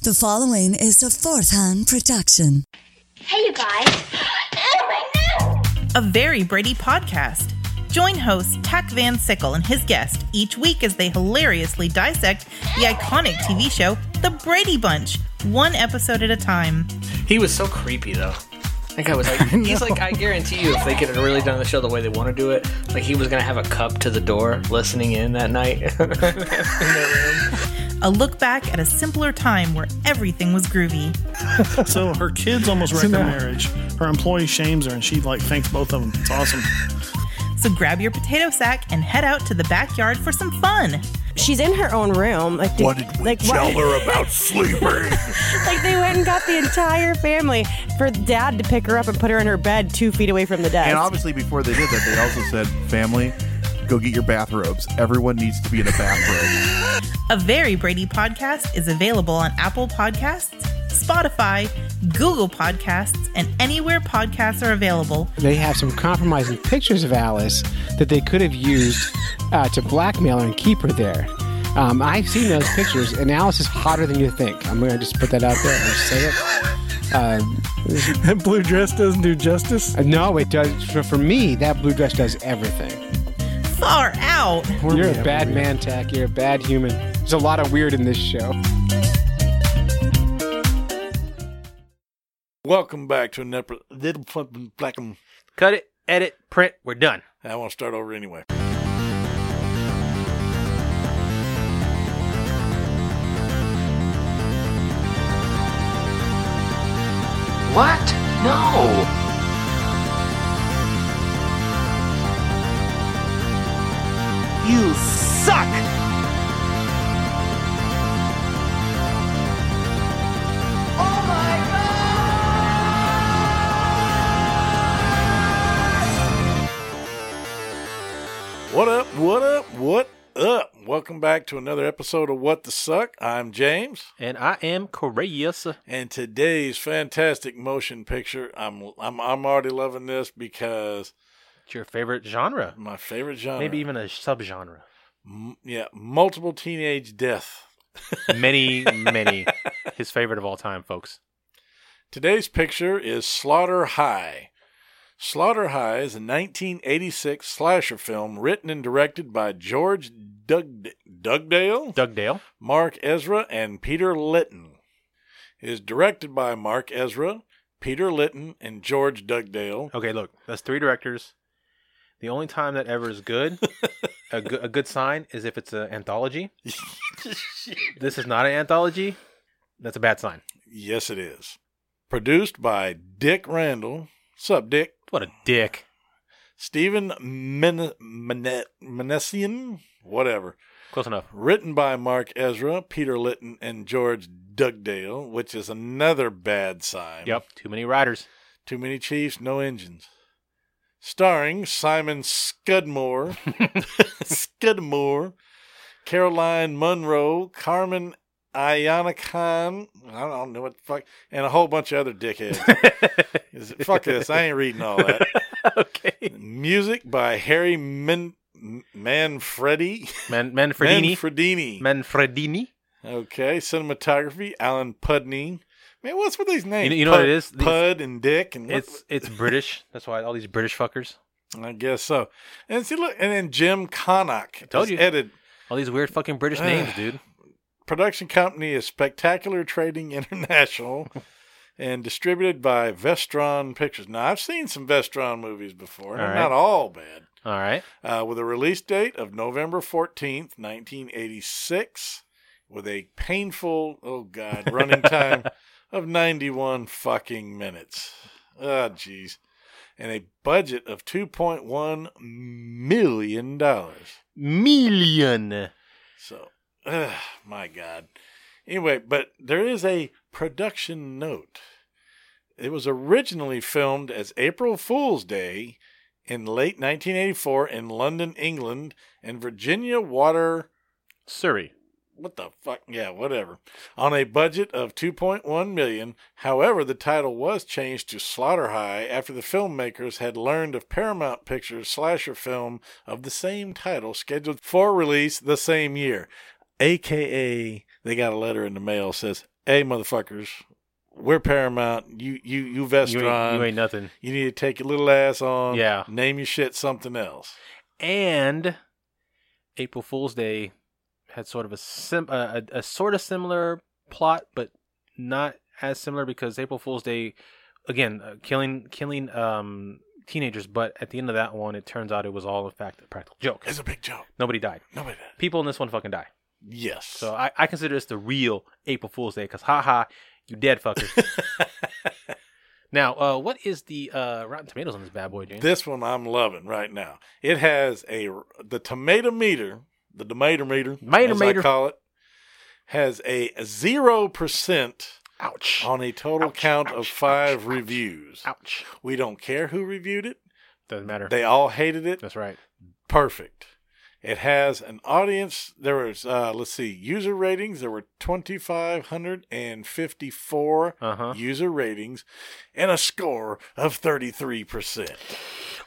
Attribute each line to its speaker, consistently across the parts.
Speaker 1: The following is a fourth hand production.
Speaker 2: Hey, you guys.
Speaker 3: a Very Brady podcast. Join host Tack Van Sickle and his guest each week as they hilariously dissect the iconic TV show The Brady Bunch, one episode at a time.
Speaker 4: He was so creepy though. I think I was like, he's like, I guarantee you, if they could have really done the show the way they want to do it, like he was gonna have a cup to the door, listening in that night.
Speaker 3: A look back at a simpler time where everything was groovy.
Speaker 5: So her kids almost wreck her
Speaker 4: now-
Speaker 5: marriage. Her employee shames her, and she like thanks both of them. It's awesome.
Speaker 3: So grab your potato sack and head out to the backyard for some fun.
Speaker 6: She's in her own room. Like, did, like, what-
Speaker 7: her about sleeping?
Speaker 6: like they went and got the entire family for dad to pick her up and put her in her bed two feet away from the desk.
Speaker 7: and obviously, before they did that, they also said, "Family, go get your bathrobes. Everyone needs to be in a bathrobe."
Speaker 3: A Very Brady podcast is available on Apple Podcasts, Spotify, Google Podcasts, and anywhere podcasts are available.
Speaker 8: They have some compromising pictures of Alice that they could have used uh, to blackmail her and keep her there. Um, I've seen those pictures, and Alice is hotter than you think. I'm going to just put that out there and say it.
Speaker 5: That blue dress doesn't do justice.
Speaker 8: Uh, No, it does. For, for me, that blue dress does everything.
Speaker 3: Far out!
Speaker 8: you're a bad man, Tack. You're a bad human. There's a lot of weird in this show.
Speaker 9: Welcome back to another little fucking black. and-
Speaker 4: Cut it, edit, print. We're done.
Speaker 9: I want to start over anyway.
Speaker 4: What? No. You suck.
Speaker 9: What up? What up? What up? Welcome back to another episode of What the Suck. I'm James,
Speaker 4: And I am courageous.
Speaker 9: and today's fantastic motion picture. I'm I'm I'm already loving this because
Speaker 4: It's your favorite genre,
Speaker 9: my favorite genre.
Speaker 4: maybe even a subgenre.
Speaker 9: M- yeah, multiple teenage death.
Speaker 4: Many, many. His favorite of all time, folks.
Speaker 9: Today's picture is Slaughter High. Slaughter High is a 1986 slasher film written and directed by George Dug- Dugdale,
Speaker 4: Doug Dale.
Speaker 9: Mark Ezra, and Peter Litton. It is directed by Mark Ezra, Peter Litton, and George Dugdale.
Speaker 4: Okay, look, that's three directors. The only time that ever is good, a, good a good sign, is if it's an anthology. this is not an anthology. That's a bad sign.
Speaker 9: Yes, it is. Produced by Dick Randall. Sup, Dick?
Speaker 4: What a dick.
Speaker 9: Stephen Men- Men- Menessian? Whatever.
Speaker 4: Close enough.
Speaker 9: written by Mark Ezra, Peter Litton, and George Dugdale, which is another bad sign.
Speaker 4: Yep, too many riders.
Speaker 9: Too many chiefs, no engines. Starring Simon Scudmore, Scudmore, Caroline Munro, Carmen Ayana Khan, I don't know what the fuck, and a whole bunch of other dickheads. Is it- fuck this, I ain't reading all that.
Speaker 4: okay.
Speaker 9: Music by Harry Min- Manfredi.
Speaker 4: Man, Manfredini.
Speaker 9: Manfredini.
Speaker 4: Manfredini.
Speaker 9: Okay, cinematography, Alan Pudney. Man, what's with these
Speaker 4: You
Speaker 9: names?
Speaker 4: know- you know
Speaker 9: Pud,
Speaker 4: what it is? These-
Speaker 9: Pud and Dick, and what-
Speaker 4: It's it's British. That's why all these British fuckers,
Speaker 9: I guess so. And see, look, and then Jim Connock.
Speaker 4: Told
Speaker 9: is
Speaker 4: you.
Speaker 9: Edit
Speaker 4: all these weird fucking British names, dude.
Speaker 9: production company is Spectacular Trading International, and distributed by Vestron Pictures. Now, I've seen some Vestron movies before. and
Speaker 4: All
Speaker 9: they're
Speaker 4: right.
Speaker 9: Not all bad.
Speaker 4: All right.
Speaker 9: uh, with a release date of November 14th, 1986, with a painful, oh God, running time of 91 fucking minutes. Ah, jeez. And a budget of $2.1 million.
Speaker 4: Million.
Speaker 9: So, ugh, my God. Anyway, but there is a production note. It was originally filmed as April Fool's Day in late 1984 in London, England, and Virginia Water.
Speaker 4: Surrey.
Speaker 9: What the fuck? Yeah, whatever. On a budget of 2.1 million. However, the title was changed to Slaughter High after the filmmakers had learned of Paramount Pictures' slasher film of the same title scheduled for release the same year. AKA, they got a letter in the mail says, "Hey, motherfuckers, we're Paramount. You you you
Speaker 4: You ain't,
Speaker 9: Vestron.
Speaker 4: you
Speaker 9: You,
Speaker 4: ain't nothing.
Speaker 9: need to take your little ass on.
Speaker 4: Yeah.
Speaker 9: name your shit something else.
Speaker 4: And April Fool's Day had sort of a sim- a, a, a sort of similar plot, but not as similar because April Fool's Day, again, uh, killing killing um, teenagers. But at the end of that one, it turns out it was all in fact a practical joke.
Speaker 9: It's a big joke.
Speaker 4: Nobody died.
Speaker 9: Nobody.
Speaker 4: People in this one fucking die.
Speaker 9: Yes.
Speaker 4: So I, I consider this the real April Fool's Day because haha, you dead fuckers. now, uh, what is the uh, Rotten Tomatoes on this bad boy, James?
Speaker 9: This one I'm loving right now. It has a the tomato meter, the tomato meter,
Speaker 4: Mater
Speaker 9: as
Speaker 4: meter.
Speaker 9: I call it, has a zero percent
Speaker 4: Ouch.
Speaker 9: on a total
Speaker 4: Ouch,
Speaker 9: count
Speaker 4: ouch,
Speaker 9: of
Speaker 4: ouch,
Speaker 9: five
Speaker 4: ouch.
Speaker 9: reviews.
Speaker 4: Ouch.
Speaker 9: We don't care who reviewed it;
Speaker 4: Doesn't matter.
Speaker 9: they all hated it.
Speaker 4: That's right.
Speaker 9: Perfect. It has an audience. There was uh, let's see, user ratings. There were twenty five hundred and fifty four
Speaker 4: Uh-huh.
Speaker 9: user ratings, and a score of thirty three percent.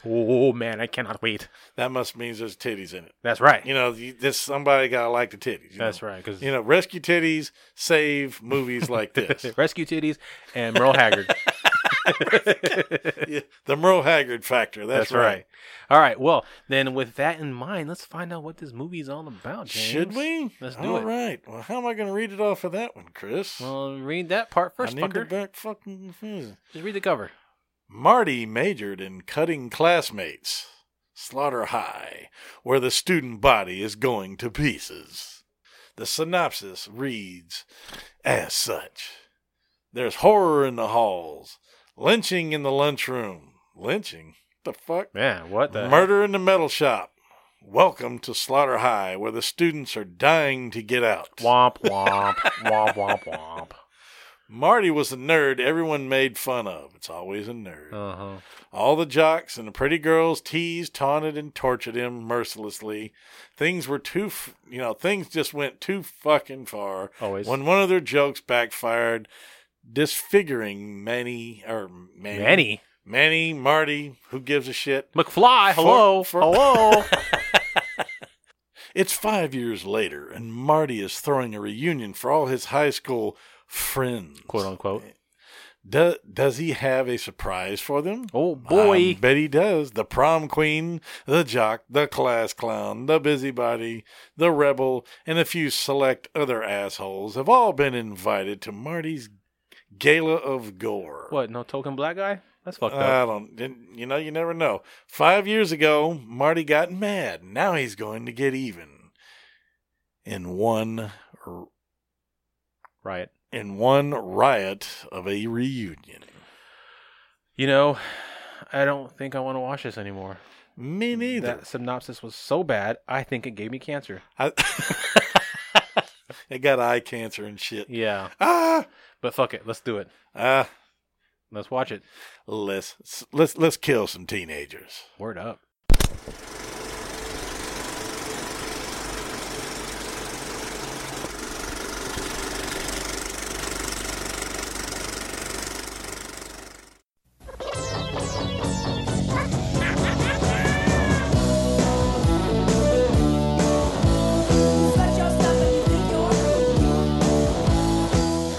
Speaker 4: Oh man, I cannot wait.
Speaker 9: That must means there's titties in it.
Speaker 4: That's right.
Speaker 9: You know, you, this somebody gotta like the titties. you
Speaker 4: That's
Speaker 9: know.
Speaker 4: right, 'cause-
Speaker 9: you know, rescue titties save movies like this.
Speaker 4: Rescue titties and Merle Haggard.
Speaker 9: Yeah, the Merle Haggard factor. That's,
Speaker 4: That's right. All right. Well, then with that in mind, let's find out what this movie is all about. James.
Speaker 9: Should we?
Speaker 4: Let's do
Speaker 9: All
Speaker 4: it.
Speaker 9: right. Well, how am I gonna read it off of that one, Chris?
Speaker 4: Well, read that part first,
Speaker 9: I need to
Speaker 4: fucker.
Speaker 9: back fucking. hmm.
Speaker 4: Just read the cover.
Speaker 9: Marty majored in cutting classmates. Slaughter High, where the student body is going to pieces. The synopsis reads as such There's horror in the halls, lynching in the lunchroom. Lynching? The fuck?
Speaker 4: Man, what the
Speaker 9: Murder in the metal shop. Welcome to Slaughter High, where the students are dying to get out.
Speaker 4: Womp womp womp womp womp.
Speaker 9: Marty was a nerd everyone made fun of. It's always a nerd.
Speaker 4: Uh huh.
Speaker 9: All the jocks and the pretty girls teased, taunted, and tortured him mercilessly. Things were too, f- you know, things just went too fucking far.
Speaker 4: Always.
Speaker 9: When one of their jokes backfired, disfiguring Manny, or Manny,
Speaker 4: Manny
Speaker 9: Manny, Marty, who gives a shit?
Speaker 4: McFly. Hello.
Speaker 9: For- for-
Speaker 4: hello.
Speaker 9: It's five years later, and Marty is throwing a reunion for all his high school friends.
Speaker 4: Quote unquote.
Speaker 9: Do- does he have a surprise for them?
Speaker 4: Oh, boy.
Speaker 9: I bet he does. The prom queen, the jock, the class clown, the busybody, the rebel, and a few select other assholes have all been invited to Marty's gala of gore.
Speaker 4: What? No token black guy? That's fucked
Speaker 9: I
Speaker 4: up.
Speaker 9: don't. didn't- You know, you never know. Five years ago, Marty got mad. Now he's going to get even. In one, r-
Speaker 4: Riot.
Speaker 9: in one riot of a reunion.
Speaker 4: You know, I don't think I want to watch this anymore. Mm,
Speaker 9: Me neither.
Speaker 4: That synopsis was so bad. I think it gave me cancer.
Speaker 9: I, I got eye cancer and shit.
Speaker 4: Yeah.
Speaker 9: Ah,
Speaker 4: But fuck it. Let's do it.
Speaker 9: ah.
Speaker 4: Let's watch it.
Speaker 9: Let's let's let's kill some teenagers.
Speaker 4: Word up.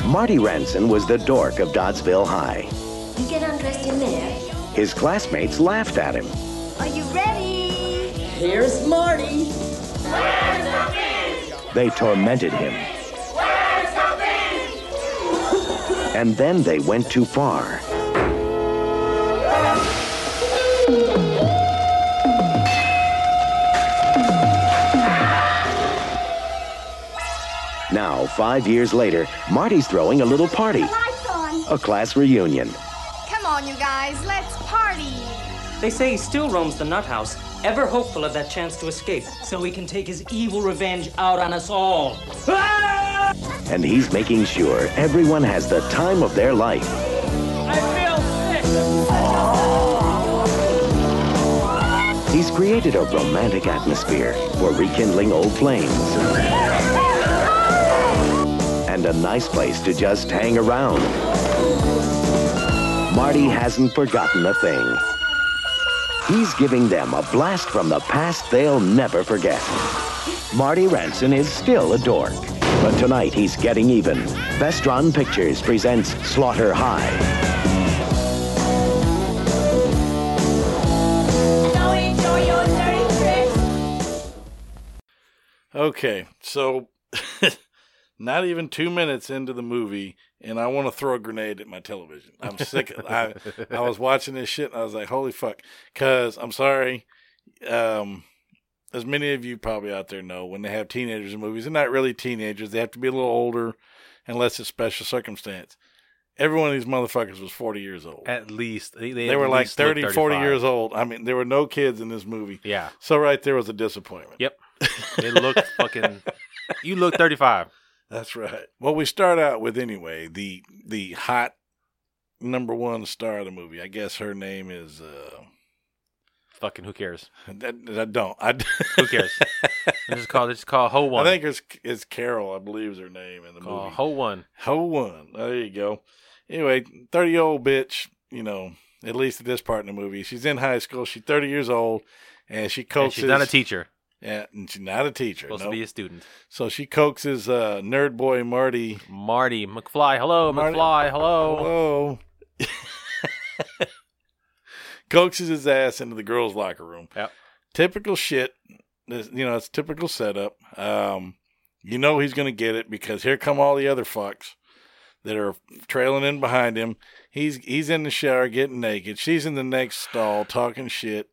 Speaker 2: Marty Ranson was the dork of Doddsville High.
Speaker 10: You get undressed in there.
Speaker 2: His classmates laughed at him.
Speaker 10: Are you ready? Here's Marty.
Speaker 2: They tormented him. And then they went too far. Now, five years later, Marty's throwing a little party,
Speaker 10: Lights on.
Speaker 2: a class reunion.
Speaker 10: Come on, you guys, let's party.
Speaker 11: They say he still roams the nut house, ever hopeful of that chance to escape, so he can take his evil revenge out on us all. Ah!
Speaker 2: and he's making sure everyone has the time of their life. He's created a romantic atmosphere for rekindling old flames and a nice place to just hang around. Marty hasn't forgotten a thing. He's giving them a blast from the past they'll never forget. Marty Ranson is still a dork, but tonight he's getting even. Best Drawn Pictures presents Slaughter High.
Speaker 9: Okay, so not even two minutes into the movie, and I want to throw a grenade at my television. I'm sick. Of, I I was watching this shit, and I was like, "Holy fuck!" Because I'm sorry, um, as many of you probably out there know, when they have teenagers in movies, they're not really teenagers. They have to be a little older, unless it's special circumstance. Every one of these motherfuckers was 40 years old.
Speaker 4: At least they,
Speaker 9: They,
Speaker 4: at
Speaker 9: were like
Speaker 4: least look
Speaker 9: 30, 40
Speaker 4: 35.
Speaker 9: years old. I mean, there were no kids in this movie.
Speaker 4: Yeah.
Speaker 9: So right there was a disappointment.
Speaker 4: Yep. They look fucking. You look 35.
Speaker 9: That's right. Well, we start out with anyway the the hot number one star of the movie. I guess her name is. Uh,
Speaker 4: Fucking who cares?
Speaker 9: That, that I don't. I,
Speaker 4: Who cares? Let's just call just call Ho
Speaker 9: I
Speaker 4: One.
Speaker 9: think it's it's Carol. I believe is her name in the
Speaker 4: Call
Speaker 9: movie.
Speaker 4: Ho One.
Speaker 9: Ho one. There you go. Anyway, thirty year old bitch. You know, at least at this part in the movie, she's in high school. She's thirty years old, and she
Speaker 4: And
Speaker 9: coaxes.
Speaker 4: she's not a teacher.
Speaker 9: Yeah, and she's not a teacher.
Speaker 4: Supposed
Speaker 9: no.
Speaker 4: to be a student.
Speaker 9: So she coaxes uh, nerd boy Marty.
Speaker 4: Marty McFly. Hello,
Speaker 9: Marty-
Speaker 4: McFly. Hello.
Speaker 9: Hello. coaxes his ass into the girls' locker room.
Speaker 4: Yep.
Speaker 9: Typical shit. This- you know, it's typical setup. Um, you know he's going to get it because here come all the other fucks that are trailing in behind him. He's he's in the shower getting naked. She's in the next stall talking shit,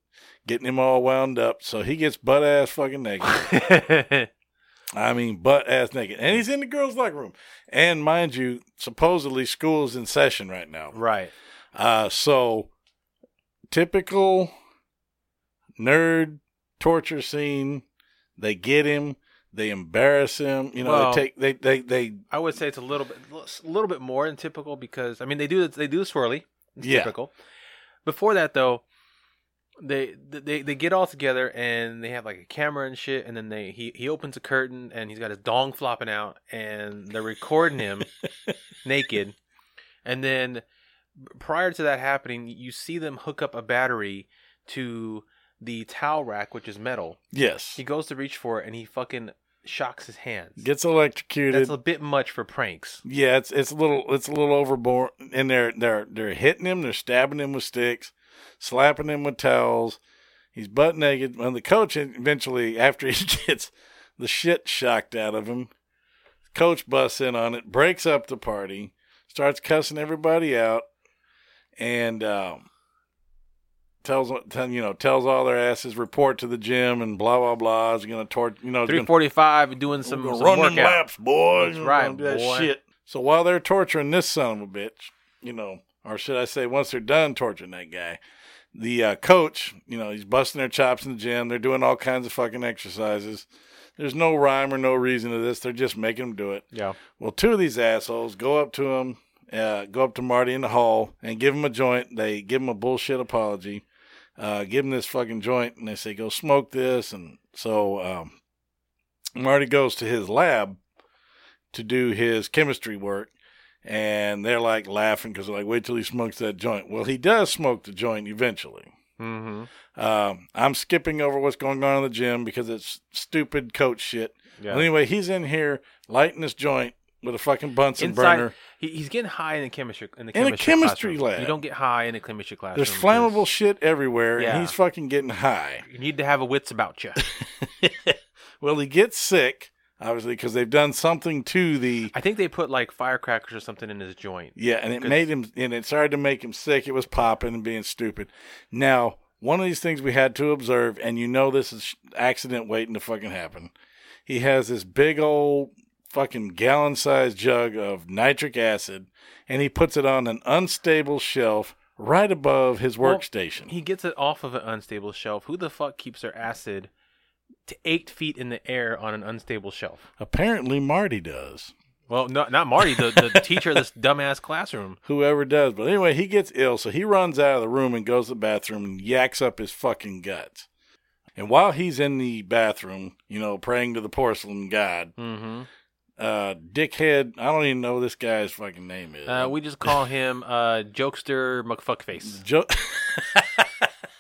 Speaker 9: getting him all wound up. So he gets butt ass fucking naked. I mean, butt ass naked. And he's in the girls' locker room. And mind you, supposedly school is in session right now.
Speaker 4: Right.
Speaker 9: Uh, so, typical nerd torture scene. They get him. They embarrass him. You know,
Speaker 4: Well-
Speaker 9: they take they they they
Speaker 4: I would say it's a little bit, a little bit more than typical because I mean they do they do the swirly. It's
Speaker 9: Yeah.
Speaker 4: typical. Before that though, they they they get all together and they have like a camera and shit, and then they he he opens a curtain and he's got his dong flopping out, and they're recording him naked, and then prior to that happening, you see them hook up a battery to the towel rack, which is metal.
Speaker 9: yes
Speaker 4: He goes to reach for it and he fucking shocks his hands.
Speaker 9: gets electrocuted.
Speaker 4: That's a bit much for pranks.
Speaker 9: yeah, it's it's a little it's a little overboard. And they're they're they're hitting him. They're stabbing him with sticks, slapping him with towels. He's butt naked. And the coach eventually, after he gets the shit shocked out of him, coach busts in on it, breaks up the party, starts cussing everybody out, and um, tells tell- you know tells all their asses report to the gym and blah blah blah. Is going to tort you know he's
Speaker 4: Three
Speaker 9: gonna-
Speaker 4: forty five doing some,
Speaker 9: We're
Speaker 4: some
Speaker 9: gonna run them
Speaker 4: workout.
Speaker 9: laps, boy.
Speaker 4: That's
Speaker 9: We're
Speaker 4: right,
Speaker 9: gonna do that
Speaker 4: boy.
Speaker 9: shit. So while they're torturing this son of a bitch, you know, or should I say, once they're done torturing that guy, the uh, coach, you know, he's busting their chops in the gym. They're doing all kinds of fucking exercises. There's no rhyme or no reason to this. They're just making him do it.
Speaker 4: Yeah.
Speaker 9: Well, two of these assholes go up to him, uh, go up to Marty in the hall and give him a joint. They give him a bullshit apology, uh, give him this fucking joint, and they say, go smoke this. And so um, Marty goes to his lab to do his chemistry work. And they're like laughing because they're like, wait till he smokes that joint. Well, he does smoke the joint eventually.
Speaker 4: Mm-hmm.
Speaker 9: Um, I'm skipping over what's going on in the gym because it's stupid coach shit.
Speaker 4: Yeah.
Speaker 9: Well, anyway, he's in here lighting this joint with a fucking Bunsen
Speaker 4: Inside,
Speaker 9: burner.
Speaker 4: he, he's getting high in the chemistry in the
Speaker 9: In a
Speaker 4: chemistry,
Speaker 9: chemistry
Speaker 4: classroom.
Speaker 9: lab.
Speaker 4: You don't get high in a chemistry classroom.
Speaker 9: There's
Speaker 4: because
Speaker 9: flammable shit everywhere,
Speaker 4: Yeah.
Speaker 9: and he's fucking getting high.
Speaker 4: You need to have a wits about you.
Speaker 9: Well, he gets sick, obviously, because they've done something to the
Speaker 4: I think they put like firecrackers or something in his joint.
Speaker 9: yeah, and it
Speaker 4: Because-
Speaker 9: made him, and it started to make him sick. It was popping and being stupid. Now, one of these things we had to observe, and you know this is accident waiting to fucking happen. He has this big old fucking gallon sized jug of nitric acid, and he puts it on an unstable shelf right above his
Speaker 4: Well,
Speaker 9: workstation.
Speaker 4: He gets it off of an unstable shelf. Who the fuck keeps their acid to eight feet in the air on an unstable shelf?
Speaker 9: Apparently, Marty does.
Speaker 4: Well, no, not Marty, the, the teacher of this dumbass classroom.
Speaker 9: Whoever does. But anyway, he gets ill, so he runs out of the room and goes to the bathroom and yaks up his fucking guts. And while he's in the bathroom, you know, praying to the porcelain god,
Speaker 4: Mm-hmm.
Speaker 9: uh, dickhead, I don't even know what this guy's fucking name is.
Speaker 4: Uh, we just call him uh, Jokester McFuckface
Speaker 9: Jo-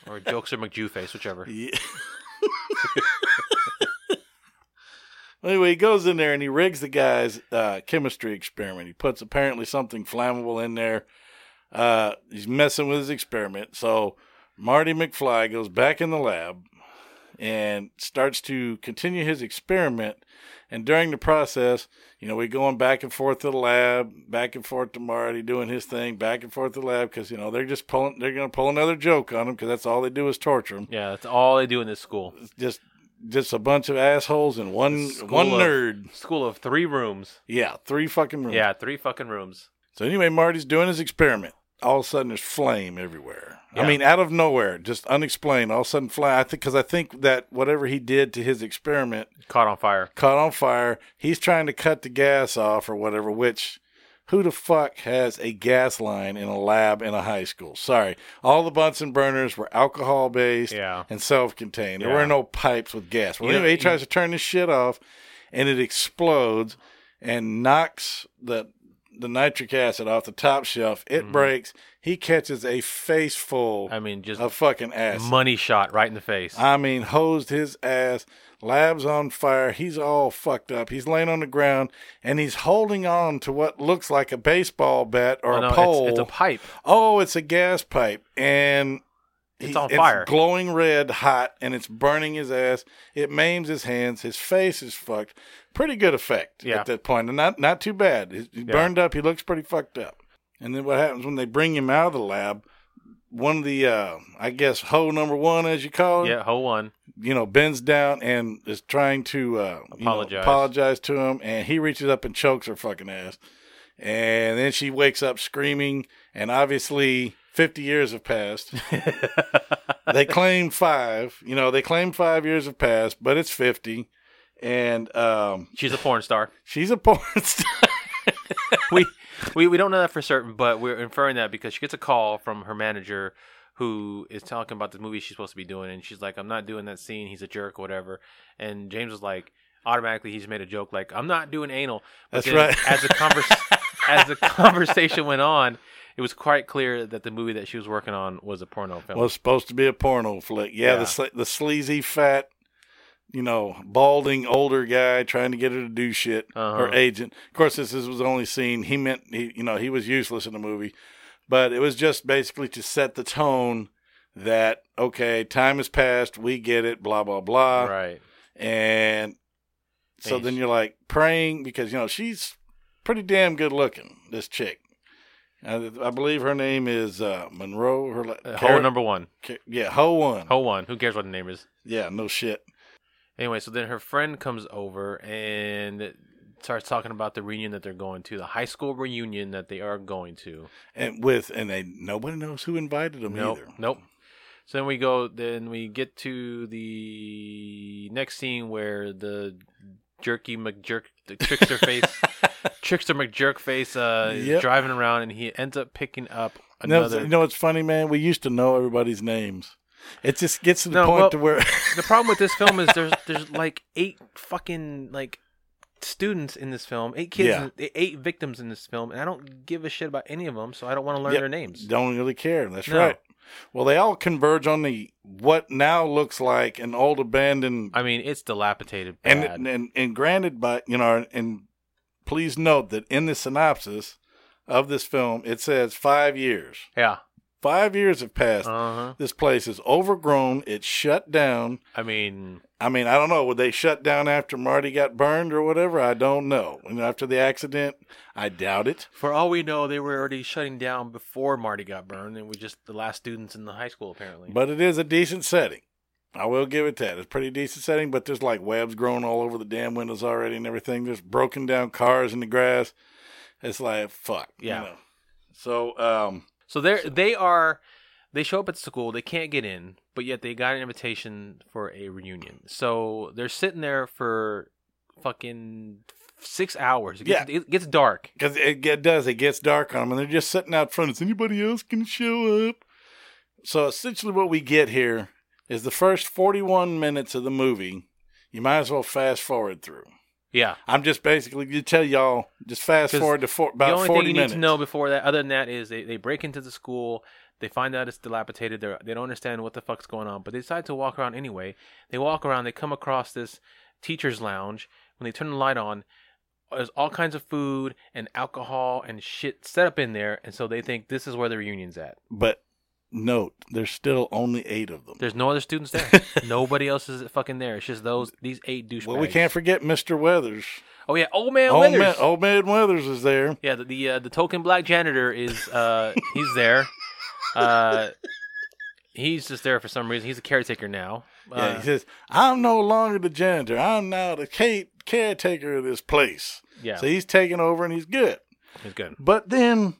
Speaker 4: or Jokester McJewface, whichever.
Speaker 9: Anyway, he goes in there and he rigs the guy's uh, chemistry experiment. He puts apparently something flammable in there. Uh, he's messing with his experiment. So Marty McFly goes back in the lab and starts to continue his experiment. And during the process, you know, we're going back and forth to the lab, back and forth to Marty doing his thing, back and forth to the lab because you know they're just pulling. They're going to pull another joke on him because that's all they do is torture him.
Speaker 4: Yeah, that's all they do in this school.
Speaker 9: Just just a bunch of assholes and one
Speaker 4: School
Speaker 9: one
Speaker 4: of-
Speaker 9: nerd.
Speaker 4: School of three rooms.
Speaker 9: Yeah, three fucking rooms.
Speaker 4: Yeah, three fucking rooms.
Speaker 9: So anyway, Marty's doing his experiment. All of a sudden, there's flame everywhere. I
Speaker 4: Yeah.
Speaker 9: mean, out of nowhere, just unexplained. All of a sudden, flame. I think because I think that whatever he did to his experiment
Speaker 4: Caught on fire.
Speaker 9: caught on fire. He's trying to cut the gas off or whatever. Which, who the fuck has a gas line in a lab in a high school? Sorry, all the Bunsen burners were alcohol based
Speaker 4: Yeah.
Speaker 9: and self-contained. There
Speaker 4: Yeah.
Speaker 9: were no pipes with gas. Well,
Speaker 4: You know,
Speaker 9: anyway, he
Speaker 4: you-
Speaker 9: tries to turn this shit off, and it explodes and knocks the the nitric acid off the top shelf. It breaks. He catches a face full.
Speaker 4: Mm-hmm. I mean, just
Speaker 9: of fucking acid.
Speaker 4: money shot right in the face.
Speaker 9: I mean, hosed his ass. Lab's on fire. He's all fucked up. He's laying on the ground and he's holding on to what looks like a baseball bat or
Speaker 4: Oh,
Speaker 9: a
Speaker 4: no, it's-
Speaker 9: pole.
Speaker 4: it's a pipe.
Speaker 9: Oh, it's a gas pipe. And
Speaker 4: It's on fire.
Speaker 9: glowing red, hot, and it's burning his ass. It maims his hands. His face is fucked. Pretty good effect
Speaker 4: Yeah.
Speaker 9: at that point, and not not too bad. He's he's
Speaker 4: Yeah.
Speaker 9: burned up. He looks pretty fucked up. And then what happens when they bring him out of the lab? One of the, uh, I guess, hoe number one, as you call it,
Speaker 4: yeah, ho one.
Speaker 9: you know, bends down and is trying to uh, you know,
Speaker 4: Apologize.
Speaker 9: apologize to him, and he reaches up and chokes her fucking ass, and then she wakes up screaming, and obviously. 50 years have passed. they claim five. You know, they claim five years have passed, but it's 50. And um,
Speaker 4: She's a porn star.
Speaker 9: she's a porn star.
Speaker 4: we, we we don't know that for certain, but we're inferring that because she gets a call from her manager who is talking about the movie she's supposed to be doing, and she's like, "I'm not doing that scene. He's a jerk, or whatever." And James was like, automatically he's made a joke like, "I'm not doing anal."
Speaker 9: That's right.
Speaker 4: As the convers as the conversation went on, it was quite clear that the movie that she was working on was a porno film.
Speaker 9: was supposed to be a porno flick. Yeah,
Speaker 4: Yeah.
Speaker 9: The, sle- the sleazy, fat, you know, balding older guy trying to get her to do shit.
Speaker 4: Uh-huh.
Speaker 9: Her agent. Of course, this is, was the only scene. He meant, he, you know, he was useless in the movie, but it was just basically to set the tone that, okay, time has passed. We get it, blah, blah, blah.
Speaker 4: right.
Speaker 9: And so
Speaker 4: And
Speaker 9: then
Speaker 4: she-
Speaker 9: you're like praying because, you know, she's pretty damn good looking, this chick. I, I believe her name is uh, Monroe. Her la-
Speaker 4: Uh,
Speaker 9: Cara-
Speaker 4: ho number one.
Speaker 9: Ca- Yeah, Ho One.
Speaker 4: Ho one. Who cares what the name is?
Speaker 9: Yeah, no shit.
Speaker 4: Anyway, so then her friend comes over and starts talking about the reunion that they're going to, the high school reunion that they are going to.
Speaker 9: And with and they nobody knows who invited them
Speaker 4: Nope.
Speaker 9: either.
Speaker 4: Nope. So then we go. Then we get to the next scene where the jerky McJerk, the trickster face, trickster McJerk face, uh,
Speaker 9: Yep.
Speaker 4: is driving around and he ends up picking up
Speaker 9: No,
Speaker 4: another.
Speaker 9: you know what's funny, man? We used to know everybody's names. It just gets to the
Speaker 4: No,
Speaker 9: point
Speaker 4: well-
Speaker 9: to where
Speaker 4: the problem with this film is there's there's like eight fucking like students in this film, eight kids,
Speaker 9: Yeah.
Speaker 4: in- eight victims in this film, and I don't give a shit about any of them, so I don't want to learn
Speaker 9: Yep.
Speaker 4: their names.
Speaker 9: don't really care. That's
Speaker 4: No.
Speaker 9: right. Well, they all converge on the what now looks like an old abandoned
Speaker 4: I mean, it's dilapidated.
Speaker 9: and
Speaker 4: bad.
Speaker 9: and, and granted by you know and please note that in the synopsis of this film it says five years.
Speaker 4: yeah,
Speaker 9: Five years have passed.
Speaker 4: uh-huh.
Speaker 9: This place is overgrown. It's shut down.
Speaker 4: I mean,
Speaker 9: I mean, I don't know. Would they shut down after Marty got burned or whatever? I don't know. You know, after the accident, I doubt it.
Speaker 4: for all we know, they were already shutting down before Marty got burned, and we're just the last students in the high school apparently.
Speaker 9: But it is a decent setting. I will give it that. It's a pretty decent setting, but there's like webs growing all over the damn windows already and everything. There's broken down cars in the grass. It's like fuck.
Speaker 4: Yeah.
Speaker 9: know. So, um,
Speaker 4: so they they are they show up at school, they can't get in, but yet they got an invitation for a reunion. So they're sitting there for fucking six hours. It gets, yeah. it gets dark.
Speaker 9: Because it, it does. It gets dark on them, and they're just sitting out front. Is anybody else going to show up? So essentially, what we get here is the first 41 minutes of the movie. You might as well fast forward through.
Speaker 4: Yeah.
Speaker 9: I'm just basically to tell y'all just fast
Speaker 4: 'Cause
Speaker 9: forward to four, about
Speaker 4: the only
Speaker 9: 40
Speaker 4: thing you
Speaker 9: minutes.
Speaker 4: need to know before that, other than that, is they, they break into the school. They find out it's dilapidated. They're, they don't understand what the fuck's going on, but they decide to walk around anyway. They walk around. They come across this teacher's lounge. When they turn the light on, there's all kinds of food and alcohol and shit set up in there, and so they think this is where the reunion's at.
Speaker 9: But note, there's still only eight of them.
Speaker 4: There's no other students there. Nobody else is fucking there. It's just those these eight douchebags.
Speaker 9: Well, we can't forget Mr. Weathers.
Speaker 4: Oh yeah, old man
Speaker 9: old,
Speaker 4: Withers.
Speaker 9: man, old man Weathers is there.
Speaker 4: Yeah, the the, uh, the token black janitor is uh he's there. Uh he's just there for some reason. He's a caretaker now.
Speaker 9: yeah,
Speaker 4: Uh,
Speaker 9: he says, I'm no longer the janitor. I'm now the ca- caretaker of this place.
Speaker 4: Yeah.
Speaker 9: So he's taking over and he's good.
Speaker 4: he's good.
Speaker 9: But then,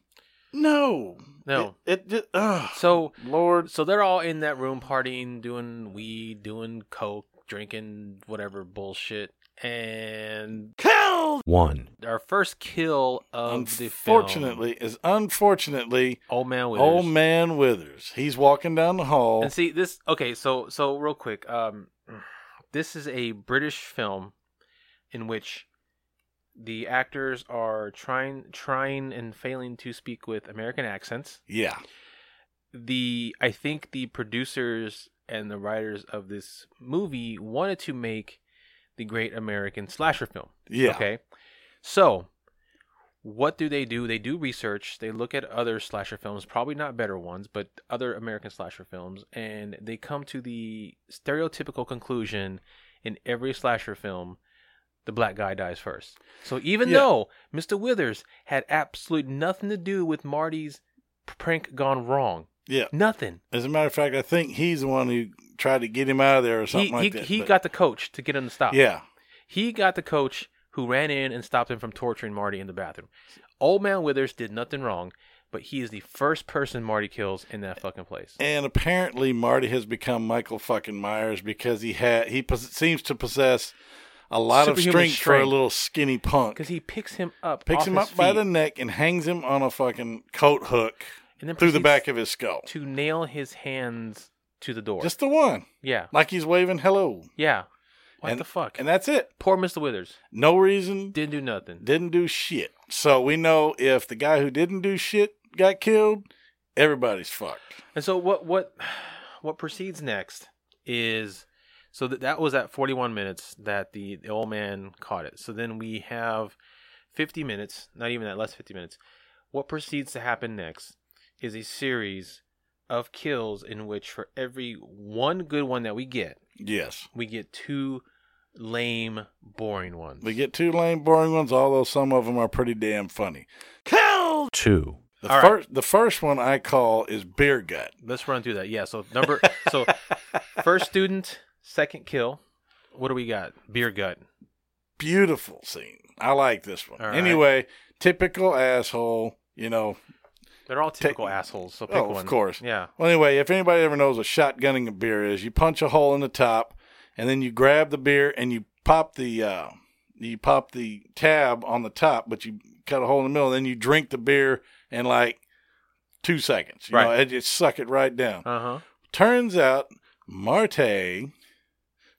Speaker 9: no.
Speaker 4: No.
Speaker 9: It, it just, ugh.
Speaker 4: So
Speaker 9: Lord.
Speaker 4: so they're all in that room partying, doing weed, doing coke, drinking whatever bullshit. And
Speaker 9: Killed!
Speaker 12: One.
Speaker 4: our first kill of the film.
Speaker 9: Fortunately, is unfortunately
Speaker 4: old man Withers.
Speaker 9: old man Withers. He's walking down the hall.
Speaker 4: And see this okay, so so real quick, um this is a British film in which the actors are trying trying and failing to speak with American accents.
Speaker 9: Yeah.
Speaker 4: The I think the producers and the writers of this movie wanted to make the great American slasher film.
Speaker 9: Yeah.
Speaker 4: Okay. So what do they do? They do research. They look at other slasher films, probably not better ones, but other American slasher films, and they come to the stereotypical conclusion in every slasher film the black guy dies first. So even
Speaker 9: Yeah.
Speaker 4: though Mr. Withers had absolutely nothing to do with Marty's prank gone wrong,
Speaker 9: Yeah.
Speaker 4: nothing.
Speaker 9: As a matter of fact, I think he's the one who tried to get him out of there or something
Speaker 4: He,
Speaker 9: like
Speaker 4: he,
Speaker 9: that.
Speaker 4: he
Speaker 9: but-
Speaker 4: got the coach to get him to stop.
Speaker 9: Yeah.
Speaker 4: He got the coach who ran in and stopped him from torturing Marty in the bathroom. Old Man Withers did nothing wrong, but he is the first person Marty kills in that fucking place.
Speaker 9: And apparently, Marty has become Michael fucking Myers because he had he pos- seems to possess a lot of
Speaker 4: Superhuman
Speaker 9: strength, for a
Speaker 4: strength.
Speaker 9: little skinny punk.
Speaker 4: Because he picks him up,
Speaker 9: Picks
Speaker 4: off
Speaker 9: him up
Speaker 4: his
Speaker 9: by
Speaker 4: feet
Speaker 9: the neck and hangs him on a fucking coat hook
Speaker 4: and then
Speaker 9: through the
Speaker 4: proceeds
Speaker 9: back of his skull.
Speaker 4: to nail his hands to the door.
Speaker 9: Just the one,
Speaker 4: yeah,
Speaker 9: like he's waving hello.
Speaker 4: yeah. What
Speaker 9: And-
Speaker 4: the fuck?
Speaker 9: And that's it.
Speaker 4: Poor Mister Withers
Speaker 9: No reason.
Speaker 4: didn't do nothing.
Speaker 9: Didn't do shit. So we know if the guy who didn't do shit got killed, everybody's fucked.
Speaker 4: And so what what what proceeds next is so that that was at 41 minutes that the, the old man caught it. So then we have 50 minutes, not even that less 50 minutes. What proceeds to happen next is a series of kills in which for every one good one that we get,
Speaker 9: Yes.
Speaker 4: we get two lame boring ones.
Speaker 9: We get two lame, boring ones, although some of them are pretty damn funny.
Speaker 12: Two.
Speaker 9: The
Speaker 4: All right.
Speaker 9: first, the first one I call is beer gut.
Speaker 4: Let's run through that. Yeah, so number so first student, second kill. What do we got? Beer gut.
Speaker 9: Beautiful scene. I like this one.
Speaker 4: All right.
Speaker 9: Anyway, typical asshole. You know.
Speaker 4: They're all typical assholes, so pick
Speaker 9: oh,
Speaker 4: one.
Speaker 9: of course.
Speaker 4: Yeah.
Speaker 9: Well, anyway, if anybody ever knows what shotgunning a beer is, you punch a hole in the top, and then you grab the beer and you pop the uh, you pop the tab on the top, but you cut a hole in the middle, and then you drink the beer in like two seconds. You know,
Speaker 4: Right.
Speaker 9: it just suck it right down.
Speaker 4: Uh huh.
Speaker 9: Turns out Marte,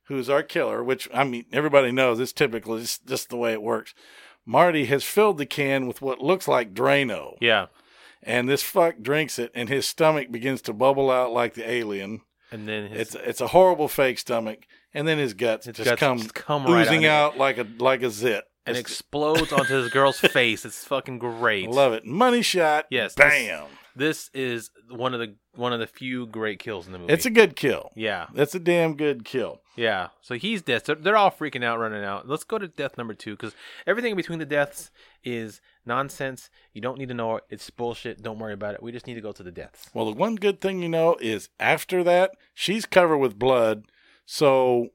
Speaker 9: who's our killer, which I mean everybody knows it's typical, it's just the way it works. Marty has filled the can with what looks like Drano,
Speaker 4: Yeah.
Speaker 9: and this fuck drinks it, and his stomach begins to bubble out like the alien.
Speaker 4: And then his,
Speaker 9: It's it's a horrible fake stomach, and then his guts
Speaker 4: His
Speaker 9: just
Speaker 4: guts
Speaker 9: come,
Speaker 4: just come right
Speaker 9: oozing
Speaker 4: out
Speaker 9: out like a like a zit.
Speaker 4: and
Speaker 9: It's-
Speaker 4: explodes onto his girl's face. It's fucking great.
Speaker 9: love it. Money shot.
Speaker 4: Yes. this-
Speaker 9: Bam.
Speaker 4: This, is one of the one of the few great kills in the movie.
Speaker 9: It's a good kill.
Speaker 4: yeah,
Speaker 9: That's a damn good kill.
Speaker 4: yeah. So he's dead. So they're all freaking out, running out. Let's go to death number two because everything between the deaths is nonsense. You don't need to know it. It's bullshit. Don't worry about it. We just need to go to the deaths.
Speaker 9: Well, the one good thing you know is after that, she's covered with blood. So,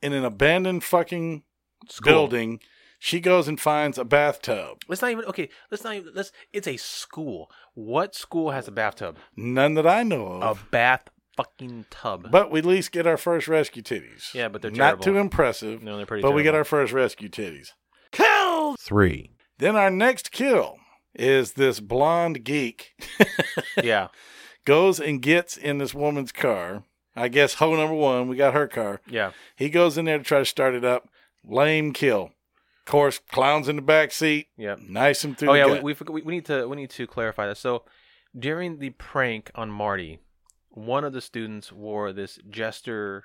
Speaker 9: in an abandoned fucking
Speaker 4: School.
Speaker 9: building, she goes and finds a bathtub.
Speaker 4: Let's not even okay. Let's not even. Let's. It's a school. What school has a bathtub?
Speaker 9: None that I know
Speaker 4: A
Speaker 9: of.
Speaker 4: bath fucking tub.
Speaker 9: but we at least get our first rescue titties.
Speaker 4: Yeah, but they're
Speaker 9: not
Speaker 4: terrible.
Speaker 9: too impressive.
Speaker 4: No, they're pretty
Speaker 9: But we get
Speaker 4: terrible.
Speaker 9: our first rescue titties. killed.
Speaker 12: three,
Speaker 9: Then our next kill is this blonde geek
Speaker 4: yeah.
Speaker 9: goes and gets in this woman's car. I guess hoe number one, we got her car.
Speaker 4: Yeah.
Speaker 9: He goes in there to try to start it up. Lame kill. Of course, clowns in the back seat.
Speaker 4: Yep.
Speaker 9: Nice him through.
Speaker 4: Oh
Speaker 9: the
Speaker 4: yeah,
Speaker 9: gut.
Speaker 4: we, we, forgot- we we need to we need to clarify that. So during the prank on Marty, one of the students wore this jester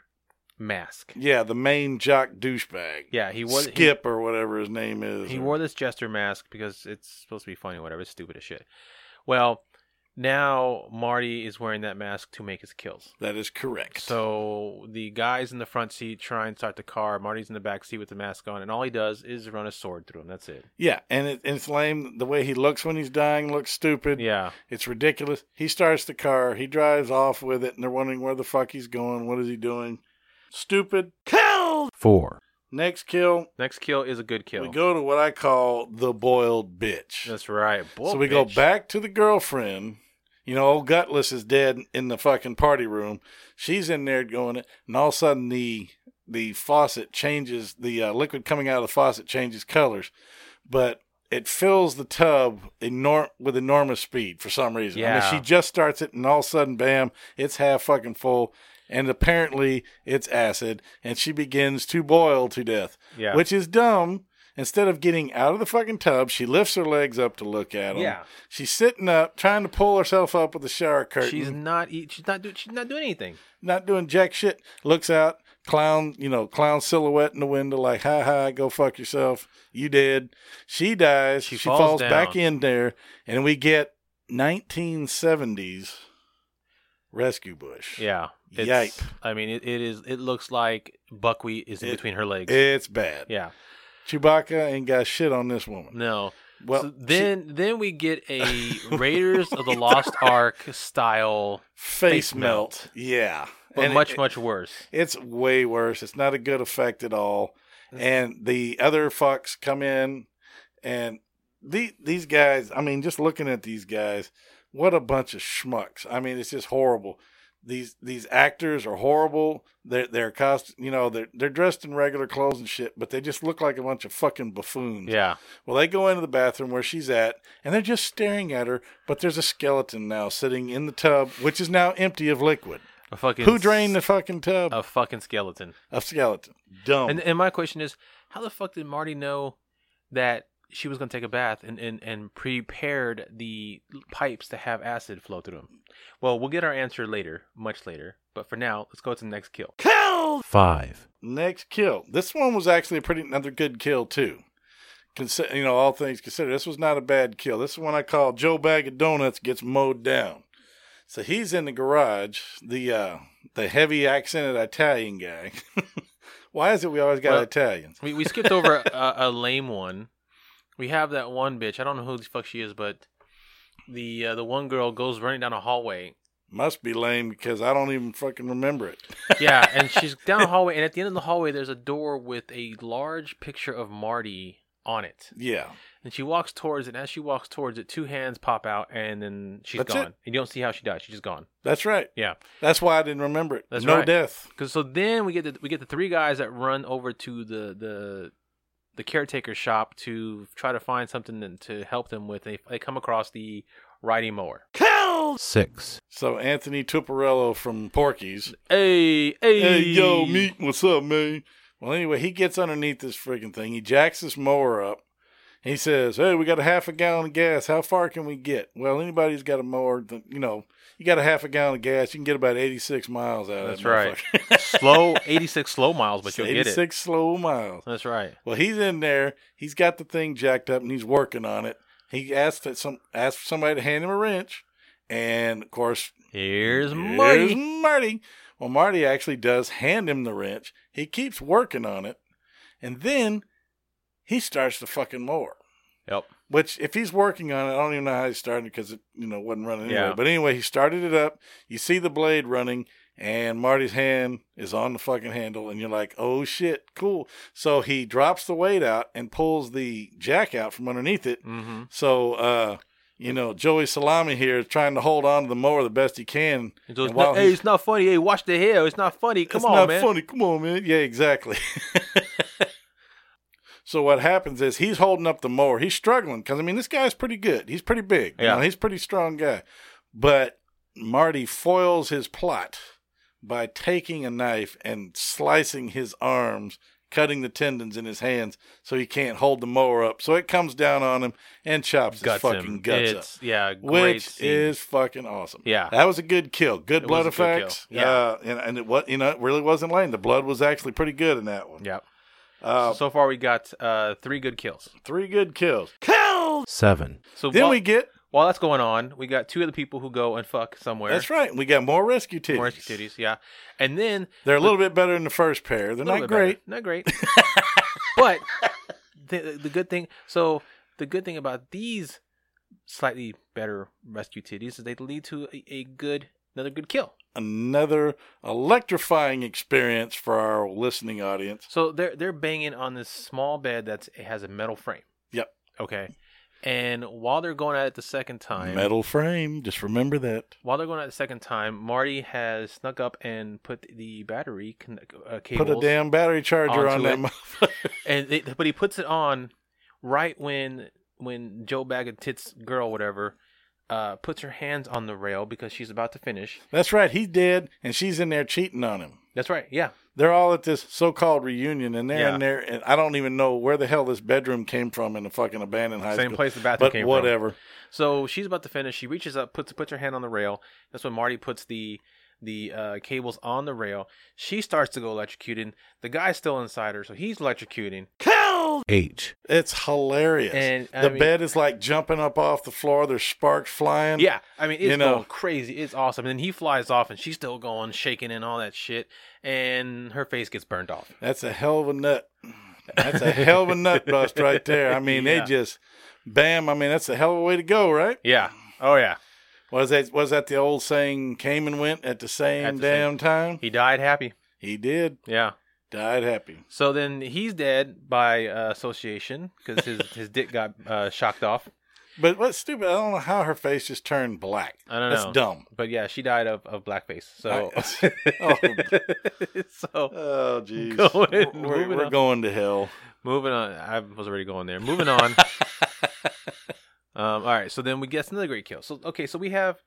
Speaker 4: mask.
Speaker 9: Yeah, the main jock douchebag.
Speaker 4: Yeah, he was- he-
Speaker 9: Skip or whatever his name is.
Speaker 4: He
Speaker 9: or-
Speaker 4: wore this jester mask because it's supposed to be funny, or whatever. It's stupid as shit. Well, now Marty is wearing that mask to make his kills.
Speaker 9: That is correct.
Speaker 4: So the guy's in the front seat trying to start the car. Marty's in the back seat with the mask on, and all he does is run a sword through him. That's it.
Speaker 9: Yeah, and it, it's lame. The way he looks when he's dying looks stupid.
Speaker 4: Yeah.
Speaker 9: It's ridiculous. He starts the car, he drives off with it, and they're wondering where the fuck he's going. What is he doing? Stupid. Kill!
Speaker 12: four,
Speaker 9: Next kill,
Speaker 4: Next kill is a good kill.
Speaker 9: we go to what I call the boiled bitch.
Speaker 4: That's right. Boy,
Speaker 9: so we go
Speaker 4: bitch.
Speaker 9: back to the girlfriend. You know, old gutless is dead in the fucking party room. She's in there going it, and all of a sudden the the faucet changes. The uh, liquid coming out of the faucet changes colors, but it fills the tub enor- with enormous speed for some reason. I
Speaker 4: Yeah.
Speaker 9: mean, she just starts it, and all of a sudden, bam! It's half fucking full, and apparently it's acid, and she begins to boil to death.
Speaker 4: Yeah.
Speaker 9: which is dumb. Instead of getting out of the fucking tub, she lifts her legs up to look at him.
Speaker 4: Yeah.
Speaker 9: She's sitting up, trying to pull herself up with the shower curtain.
Speaker 4: She's not. eat- She's not. Do, she's not doing anything.
Speaker 9: not doing jack shit. Looks out, clown, you know, clown silhouette in the window, like, ha ha, go fuck yourself. You dead. She dies. She,
Speaker 4: falls
Speaker 9: falls,
Speaker 4: down.
Speaker 9: back in there, and we get 1970s rescue bush.
Speaker 4: Yeah. It's,
Speaker 9: Yipe.
Speaker 4: I mean, it, it is. It looks like buckwheat is in
Speaker 9: It-
Speaker 4: between her legs.
Speaker 9: It's bad.
Speaker 4: yeah.
Speaker 9: Chewbacca ain't got shit on this woman.
Speaker 4: No.
Speaker 9: Well,
Speaker 4: So then, then we get a Raiders of the Lost Ark style
Speaker 9: Face, melt. Yeah.
Speaker 4: but
Speaker 9: And it-
Speaker 4: much, much worse.
Speaker 9: It's way worse. It's not a good effect at all. And the other fucks come in, and the, these guys. I mean, just looking at these guys, what a bunch of schmucks. I mean, it's just horrible. These these actors are horrible. They're they're cost. You know, they're they're dressed in regular clothes and shit, but they just look like a bunch of fucking buffoons.
Speaker 4: Yeah.
Speaker 9: Well, they go into the bathroom where she's at, and they're just staring at her. But there's a skeleton now sitting in the tub, which is now empty of liquid.
Speaker 4: A fucking
Speaker 9: Who drained the fucking tub?
Speaker 4: a fucking skeleton.
Speaker 9: A skeleton. Dumb.
Speaker 4: And and my question is, how the fuck did Marty know that she was gonna take a bath and and, and prepared the pipes to have acid flow through them? Well, we'll get our answer later, much later. But for now, let's go to the next kill.
Speaker 12: five,
Speaker 9: Next kill. This one was actually a pretty another good kill too. Consi- you know, all things considered, this was not a bad kill. This is one I call Joe Bag of Donuts gets mowed down. So he's in the garage, the uh the heavy accented Italian guy. Why is it we always got
Speaker 4: Well,
Speaker 9: Italians?
Speaker 4: We we skipped over a, a lame one. We have that one bitch. I don't know who the fuck she is, but the uh, the one girl goes running down a hallway.
Speaker 9: Must be lame because I don't even fucking remember it.
Speaker 4: Yeah, and she's down a hallway, and at the end of the hallway, there's a door with a large picture of Marty on it.
Speaker 9: Yeah.
Speaker 4: And she walks towards it. And as she walks towards it, two hands pop out, and then she's
Speaker 9: That's
Speaker 4: gone.
Speaker 9: it.
Speaker 4: And you don't see how she dies. She's just gone.
Speaker 9: That's right.
Speaker 4: Yeah.
Speaker 9: That's why I didn't remember it.
Speaker 4: That's
Speaker 9: no
Speaker 4: right.
Speaker 9: death.
Speaker 4: Cause so then we get the we get the three guys that run over to the the the caretaker shop to try to find something to- to help them with. They they come across the riding mower.
Speaker 12: six,
Speaker 9: So Anthony Tuparello from Porky's.
Speaker 4: Hey, hey,
Speaker 9: Hey, yo, meat, what's up, man? Well, anyway, he gets underneath this freaking thing. He jacks this mower up. He says, Hey, we got a half a gallon of gas. How far can we get? Well, anybody who's got a mower, th- you know, you got a half a gallon of gas, you can get about 86 miles out
Speaker 4: That's
Speaker 9: of that
Speaker 4: right.
Speaker 9: motherfucker.
Speaker 4: slow eighty six slow miles, but you'll get it.
Speaker 9: 86 slow miles.
Speaker 4: That's right.
Speaker 9: Well, he's in there. He's got the thing jacked up and he's working on it. He asked that some asked for somebody to hand him a wrench, and of course,
Speaker 4: Here's Marty.
Speaker 9: Marty. Marty. Well, Marty actually does hand him the wrench. He keeps working on it, and then he starts the fucking mower.
Speaker 4: Yep.
Speaker 9: Which, if he's working on it, I don't even know how he started because it, you know, wasn't running anyway.
Speaker 4: Yeah.
Speaker 9: But anyway, he started it up. You see the blade running, and Marty's hand is on the fucking handle, and you're like, "Oh shit, cool." So he drops the weight out and pulls the jack out from underneath it.
Speaker 4: Mm-hmm.
Speaker 9: So, uh, you know, Joey Salami here is trying to hold on to the mower the best he can. And while
Speaker 4: hey,
Speaker 9: he's-
Speaker 4: it's not funny. Hey, watch the hair. It's not funny. Come
Speaker 9: it's
Speaker 4: on,
Speaker 9: not
Speaker 4: man.
Speaker 9: funny. Come on, man. Yeah, exactly. So what happens is he's holding up the mower. He's struggling because I mean this guy's pretty good. He's pretty big. You
Speaker 4: Yeah.
Speaker 9: know, he's a pretty strong guy. But Marty foils his plot by taking a knife and slicing his arms, cutting the tendons in his hands so he can't hold the mower up. So it comes down on him and chops
Speaker 4: Guts
Speaker 9: his
Speaker 4: him.
Speaker 9: fucking guts
Speaker 4: It's-
Speaker 9: up.
Speaker 4: yeah, great
Speaker 9: which
Speaker 4: scene.
Speaker 9: is fucking awesome.
Speaker 4: Yeah.
Speaker 9: that was a good kill. Good
Speaker 4: It
Speaker 9: blood
Speaker 4: was a good kill.
Speaker 9: effects. Yeah, uh, and, and it was you know it really wasn't lame. The blood was actually pretty good in that one.
Speaker 4: Yep.
Speaker 9: Uh,
Speaker 4: so far, we got uh, three good kills.
Speaker 9: Three good kills.
Speaker 12: seven,
Speaker 4: So
Speaker 9: Then
Speaker 4: while-
Speaker 9: we get-
Speaker 4: while that's going on, we got two of the people who go and fuck somewhere.
Speaker 9: That's right. We got more rescue titties.
Speaker 4: More rescue duties, yeah. And then
Speaker 9: They're a little bit better than the first pair. They're
Speaker 4: Little
Speaker 9: not
Speaker 4: bit better.
Speaker 9: great.
Speaker 4: Not great. but the, the good thing, so the good thing about these slightly better rescue titties is they lead to a, a good another good kill.
Speaker 9: Another electrifying experience for our listening audience.
Speaker 4: So they're they're banging on this small bed that's it has a metal frame.
Speaker 9: Yep.
Speaker 4: Okay. And while they're going at it the second time,
Speaker 9: Metal frame. Just remember that.
Speaker 4: While they're going at it the second time, Marty has snuck up and put the battery con- uh, cables.
Speaker 9: Put a damn battery charger on
Speaker 4: onto
Speaker 9: that.
Speaker 4: it. and they, but he puts it on right when when Joe Bag of Tits girl whatever uh, puts her hands on the rail because she's about to finish.
Speaker 9: That's right. He did, and she's in there cheating on him.
Speaker 4: That's right. Yeah.
Speaker 9: They're all at this so-called reunion, and they're
Speaker 4: Yeah.
Speaker 9: in there, and I don't even know where the hell this bedroom came from in the fucking abandoned high
Speaker 4: Same
Speaker 9: school.
Speaker 4: place the bathroom
Speaker 9: but
Speaker 4: came from.
Speaker 9: whatever.
Speaker 4: So she's about to finish. She reaches up, puts puts her hand on the rail. That's when Marty puts the the uh, cables on the rail. She starts to go electrocuting. The guy's still inside her, so he's electrocuting.
Speaker 12: H,
Speaker 9: It's hilarious.
Speaker 4: And, I
Speaker 9: the
Speaker 4: mean-
Speaker 9: bed is like jumping up off the floor. There's sparks flying.
Speaker 4: Yeah, I mean it's
Speaker 9: you know,
Speaker 4: going crazy. It's awesome. And then he flies off, and she's still going, shaking and all that shit. And her face gets burned off.
Speaker 9: that's a hell of a nut. That's a hell of a nut bust right there. I mean,
Speaker 4: Yeah.
Speaker 9: they just, bam. I mean, that's a hell of a way to go, right?
Speaker 4: Yeah. Oh yeah.
Speaker 9: Was that was that the old saying? Came and went at the same
Speaker 4: At the
Speaker 9: damn
Speaker 4: same-
Speaker 9: time.
Speaker 4: He died happy.
Speaker 9: He did.
Speaker 4: Yeah.
Speaker 9: Died happy.
Speaker 4: So then he's dead by uh, association because his his dick got uh, shocked off.
Speaker 9: But what's stupid? I don't know how her face just turned black.
Speaker 4: I don't know.
Speaker 9: That's dumb.
Speaker 4: But yeah, she died of, of blackface. So
Speaker 9: I-
Speaker 4: so
Speaker 9: oh jeez,
Speaker 4: Going-
Speaker 9: we're, we're-
Speaker 4: moving
Speaker 9: we're
Speaker 4: on.
Speaker 9: going to hell.
Speaker 4: moving on. I was already going there. Moving on. um. All right. So then we get another great kill. So okay. So we have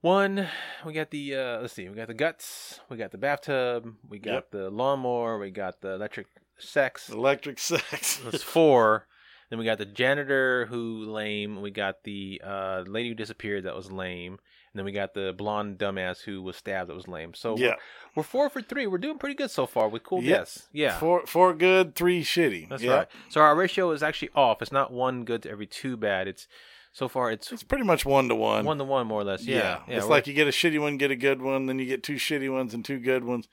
Speaker 4: one. We got the uh, let's see. We got the guts. We got the bathtub. We got
Speaker 9: Yep.
Speaker 4: the lawnmower. We got the electric sex.
Speaker 9: Electric sex.
Speaker 4: That's four. Then we got the janitor who lame. We got the uh, lady who disappeared that was lame. And then we got the blonde dumbass who was stabbed that was lame. So
Speaker 9: Yeah.
Speaker 4: we're, we're four for three. We're doing pretty good so far with cool
Speaker 9: Yeah.
Speaker 4: guess. Yeah.
Speaker 9: Four four good, three shitty.
Speaker 4: That's
Speaker 9: Yeah.
Speaker 4: right. So our ratio is actually off. It's not one good to every two bad. It's so far it's
Speaker 9: It's pretty much one to one.
Speaker 4: one to one more or less. Yeah. yeah
Speaker 9: it's
Speaker 4: we're-
Speaker 9: like you get a shitty one, get a good one, then you get two shitty ones and two good ones,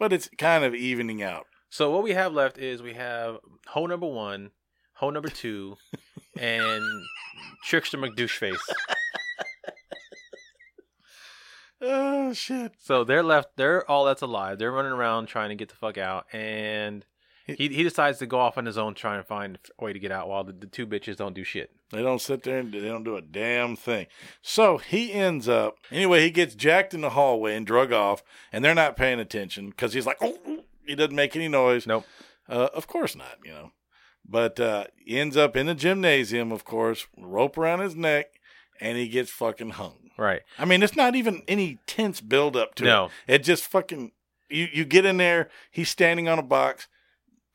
Speaker 9: but it's kind of evening out.
Speaker 4: So what we have left is we have hole number one, hole number two, and trickster McDoucheface.
Speaker 9: Oh shit!
Speaker 4: So they're left. They're all that's alive. They're running around trying to get the fuck out, and he he decides to go off on his own, trying to find a way to get out, while the, the two bitches don't do shit.
Speaker 9: They don't sit there and they don't do a damn thing. So he ends up anyway. He gets jacked in the hallway and drug off, and they're not paying attention because he's like, oh, oh," he doesn't make any noise.
Speaker 4: Nope.
Speaker 9: Uh, of course not. You know, but uh, he ends up in the gymnasium. Of course, rope around his neck, and he gets fucking hung.
Speaker 4: Right.
Speaker 9: I mean, it's not even any tense build up to
Speaker 4: No.
Speaker 9: it. It just fucking you you get in there, he's standing on a box,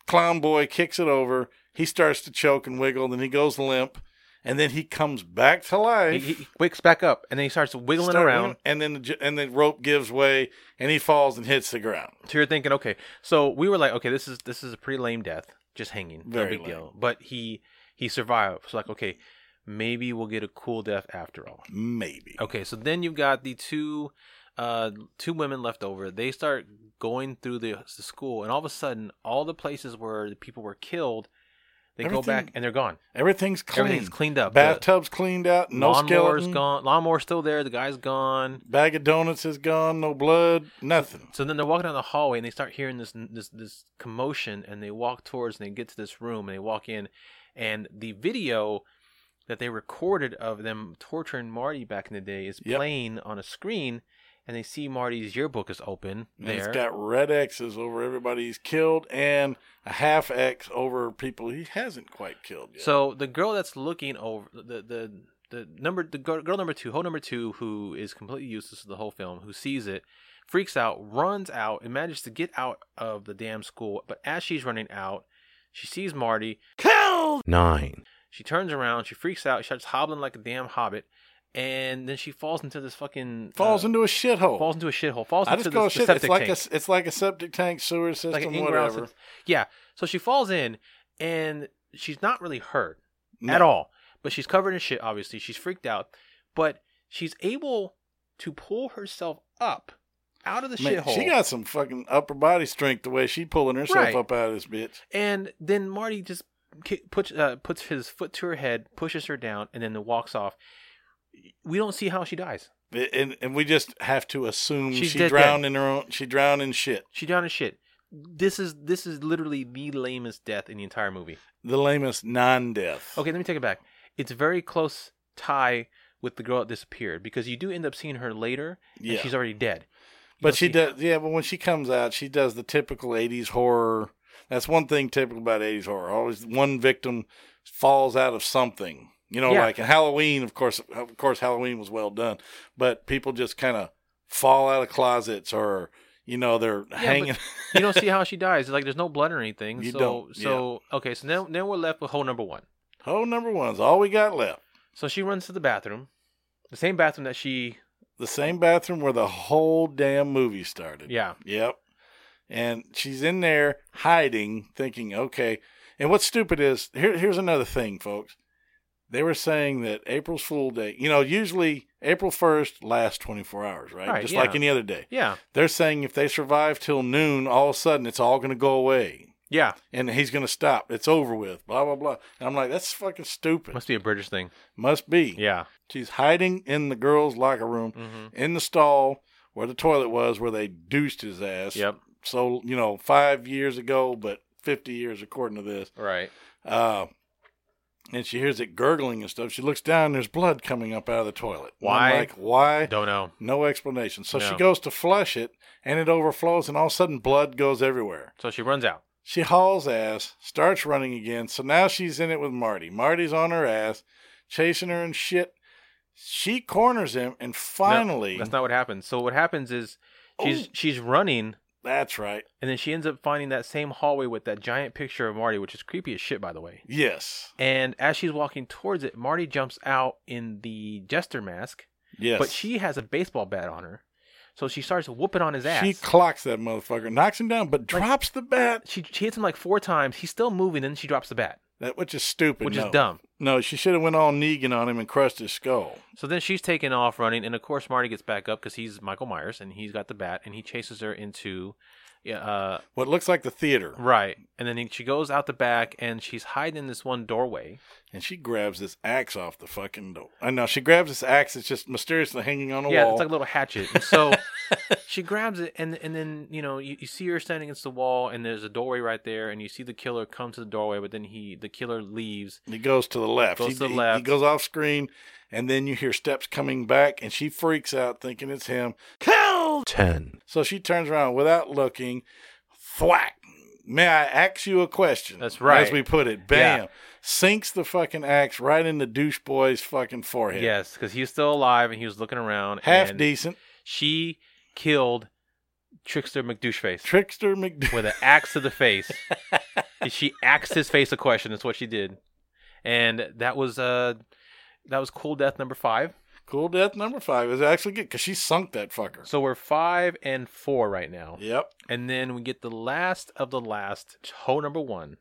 Speaker 9: clown boy kicks it over, he starts to choke and wiggle, then he goes limp, and then he comes back to
Speaker 4: He,
Speaker 9: life.
Speaker 4: he he wakes back up, and then he starts wiggling
Speaker 9: start
Speaker 4: around.
Speaker 9: lim- and then the, j- and the rope gives way, and he falls and hits the ground.
Speaker 4: So you're thinking, okay, so we were like, okay, this is this is a pretty lame death, just hanging, no
Speaker 9: Very
Speaker 4: big
Speaker 9: lame.
Speaker 4: deal. But he he survived. So like, okay, maybe we'll get a cool death after all.
Speaker 9: Maybe
Speaker 4: Okay, so then you've got the two uh two women left over. They start going through the, the school, and all of a sudden, all the places where the people were killed, they go back
Speaker 9: Everything-
Speaker 4: and they're gone.
Speaker 9: everything's clean.
Speaker 4: Everything's cleaned up. The
Speaker 9: Bathtub's cleaned out. No
Speaker 4: lawnmower's
Speaker 9: skeleton.
Speaker 4: gone. Lawnmower's still there. The guy's gone.
Speaker 9: Bag of donuts is gone. No blood. Nothing.
Speaker 4: So then they're walking down the hallway and they start hearing this this this commotion and they walk towards and they get to this room and they walk in and the video that they recorded of them torturing Marty back in the day is
Speaker 9: Yep.
Speaker 4: playing on a screen and they see Marty's yearbook is open
Speaker 9: And It's
Speaker 4: there.
Speaker 9: got red X's over everybody he's killed and a half X over people he hasn't quite killed yet.
Speaker 4: So the girl that's looking over the the the number the girl, girl number two, hole number two, who is completely useless to the whole film, who sees it, freaks out, runs out, and manages to get out of the damn school. But as she's running out, she sees Marty. Killed.
Speaker 12: 9.
Speaker 4: She turns around, she freaks out, she starts hobbling like a damn hobbit, and then she falls into this fucking uh,
Speaker 9: Falls into a shithole.
Speaker 4: falls into a shithole. Falls
Speaker 9: I
Speaker 4: into
Speaker 9: just
Speaker 4: the,
Speaker 9: call
Speaker 4: the
Speaker 9: it shit. It's
Speaker 4: septic
Speaker 9: like
Speaker 4: tank.
Speaker 9: a it's like a septic tank
Speaker 4: like
Speaker 9: sewer
Speaker 4: an
Speaker 9: system,
Speaker 4: in-ground
Speaker 9: whatever.
Speaker 4: sense- Yeah. So she falls in, and she's not really hurt
Speaker 9: No.
Speaker 4: at all. But she's covered in shit. Obviously, she's freaked out. But she's able to pull herself up out of the
Speaker 9: Man,
Speaker 4: shithole.
Speaker 9: She got some fucking upper body strength the way she pulling herself
Speaker 4: Right.
Speaker 9: up out of this bitch.
Speaker 4: And then Marty just ki- puts uh, puts his foot to her head, pushes her down, and then walks off. We don't see how she dies.
Speaker 9: And and we just have to assume
Speaker 4: She's
Speaker 9: she
Speaker 4: dead,
Speaker 9: drowned
Speaker 4: dead.
Speaker 9: in her own she drowned in shit.
Speaker 4: She down in shit. This is this is literally the lamest death in the entire movie.
Speaker 9: The lamest non death.
Speaker 4: Okay, let me take it back. It's a very close tie with the girl that disappeared because you do end up seeing her later, and
Speaker 9: Yeah.
Speaker 4: she's already dead. You
Speaker 9: But
Speaker 4: don't
Speaker 9: she
Speaker 4: see-
Speaker 9: does, yeah. But when she comes out, she does the typical '80s horror. That's one thing typical about '80s horror. Always one victim falls out of something. You know,
Speaker 4: Yeah.
Speaker 9: like in Halloween, of course, of course, Halloween was well done. But people just kind of fall out of closets, or you know, they're
Speaker 4: Yeah,
Speaker 9: hanging.
Speaker 4: but you don't see how she dies. It's like there's no blood or anything.
Speaker 9: You
Speaker 4: so,
Speaker 9: don't, yeah.
Speaker 4: So okay, so now now we're left with hole number one.
Speaker 9: Hole number one is all we got left.
Speaker 4: So she runs to the bathroom, the same bathroom that she
Speaker 9: The same bathroom where the whole damn movie started.
Speaker 4: yeah.
Speaker 9: Yep. And she's in there hiding, thinking, okay. And what's stupid is here, here's another thing, folks. They were saying that April's Fool Day, you know, usually April 1st lasts 24 hours, right?
Speaker 4: Right,
Speaker 9: Just
Speaker 4: yeah.
Speaker 9: like any other day.
Speaker 4: Yeah.
Speaker 9: They're saying if they survive till noon, all of a sudden it's all going to go away
Speaker 4: Yeah.
Speaker 9: and he's going to stop. It's over with, blah, blah, blah. And I'm like, that's fucking stupid.
Speaker 4: Must be a British thing.
Speaker 9: Must be.
Speaker 4: Yeah. Mm-hmm.
Speaker 9: She's hiding in the girls' locker room, in the stall where the toilet was, where they deuced his ass.
Speaker 4: Yep.
Speaker 9: So you know, five years ago, but fifty years according to this.
Speaker 4: Right.
Speaker 9: Uh, and she hears it gurgling and stuff. She looks down. and There's blood coming up out of the toilet. And I'm
Speaker 4: Why?
Speaker 9: Like why?
Speaker 4: Don't know.
Speaker 9: No explanation. So she
Speaker 4: No.
Speaker 9: goes to flush it, and it overflows, and all of a sudden, blood goes everywhere.
Speaker 4: So she runs out.
Speaker 9: She hauls ass, starts running again. So now she's in it with Marty. Marty's on her ass, chasing her and shit. She corners him, and
Speaker 4: No,
Speaker 9: finally,
Speaker 4: that's not what happens. So what happens is she's she's running,
Speaker 9: that's right.
Speaker 4: and then she ends up finding that same hallway with that giant picture of Marty, which is creepy as shit, by the way.
Speaker 9: Yes,
Speaker 4: And as she's walking towards it, Marty jumps out in the jester mask.
Speaker 9: yes.
Speaker 4: But she has a baseball bat on her. So she starts whooping on his ass.
Speaker 9: she clocks that motherfucker, knocks him down, but drops the bat.
Speaker 4: she, she hits him like four times. He's still moving, then she drops the bat.
Speaker 9: That which is stupid,
Speaker 4: Which is
Speaker 9: no.
Speaker 4: dumb.
Speaker 9: No, she should have went all Negan on him and crushed his skull.
Speaker 4: So then she's taking off running, and of course Marty gets back up because he's Michael Myers and he's got the bat, and he chases her into, yeah, uh,
Speaker 9: What looks like the theater,
Speaker 4: right. And then he, she goes out the back, and she's hiding in this one doorway.
Speaker 9: and she grabs this axe off the fucking door. I know she grabs this axe. It's just mysteriously hanging on a
Speaker 4: yeah,
Speaker 9: wall.
Speaker 4: it's like a little hatchet. And so she grabs it, and and then you know you, you see her standing against the wall, and there's a doorway right there, and you see the killer come to the doorway, but then he the killer leaves.
Speaker 9: He goes to the left.
Speaker 4: Goes
Speaker 9: he,
Speaker 4: to the
Speaker 9: he- He
Speaker 4: left.
Speaker 9: goes off screen, and then you hear steps coming back, and she freaks out, thinking it's him. Killed.
Speaker 12: 10.
Speaker 9: So she turns around without looking. Thwack. May I ask you a question?
Speaker 4: That's right.
Speaker 9: As we put it, bam, sinks the fucking axe right in the douche boy's fucking forehead.
Speaker 4: Yes, because he's still alive, and he was looking around.
Speaker 9: half
Speaker 4: and
Speaker 9: decent
Speaker 4: She killed Trickster McDoucheface.
Speaker 9: trickster McDouche.
Speaker 4: with an axe to the face. she axed his face a question. That's what she did, and that was uh that was cool death number five.
Speaker 9: Cool death number five is actually good because she sunk that fucker.
Speaker 4: So we're five and four right now,
Speaker 9: Yep.
Speaker 4: and then we get the last of the last hole number one.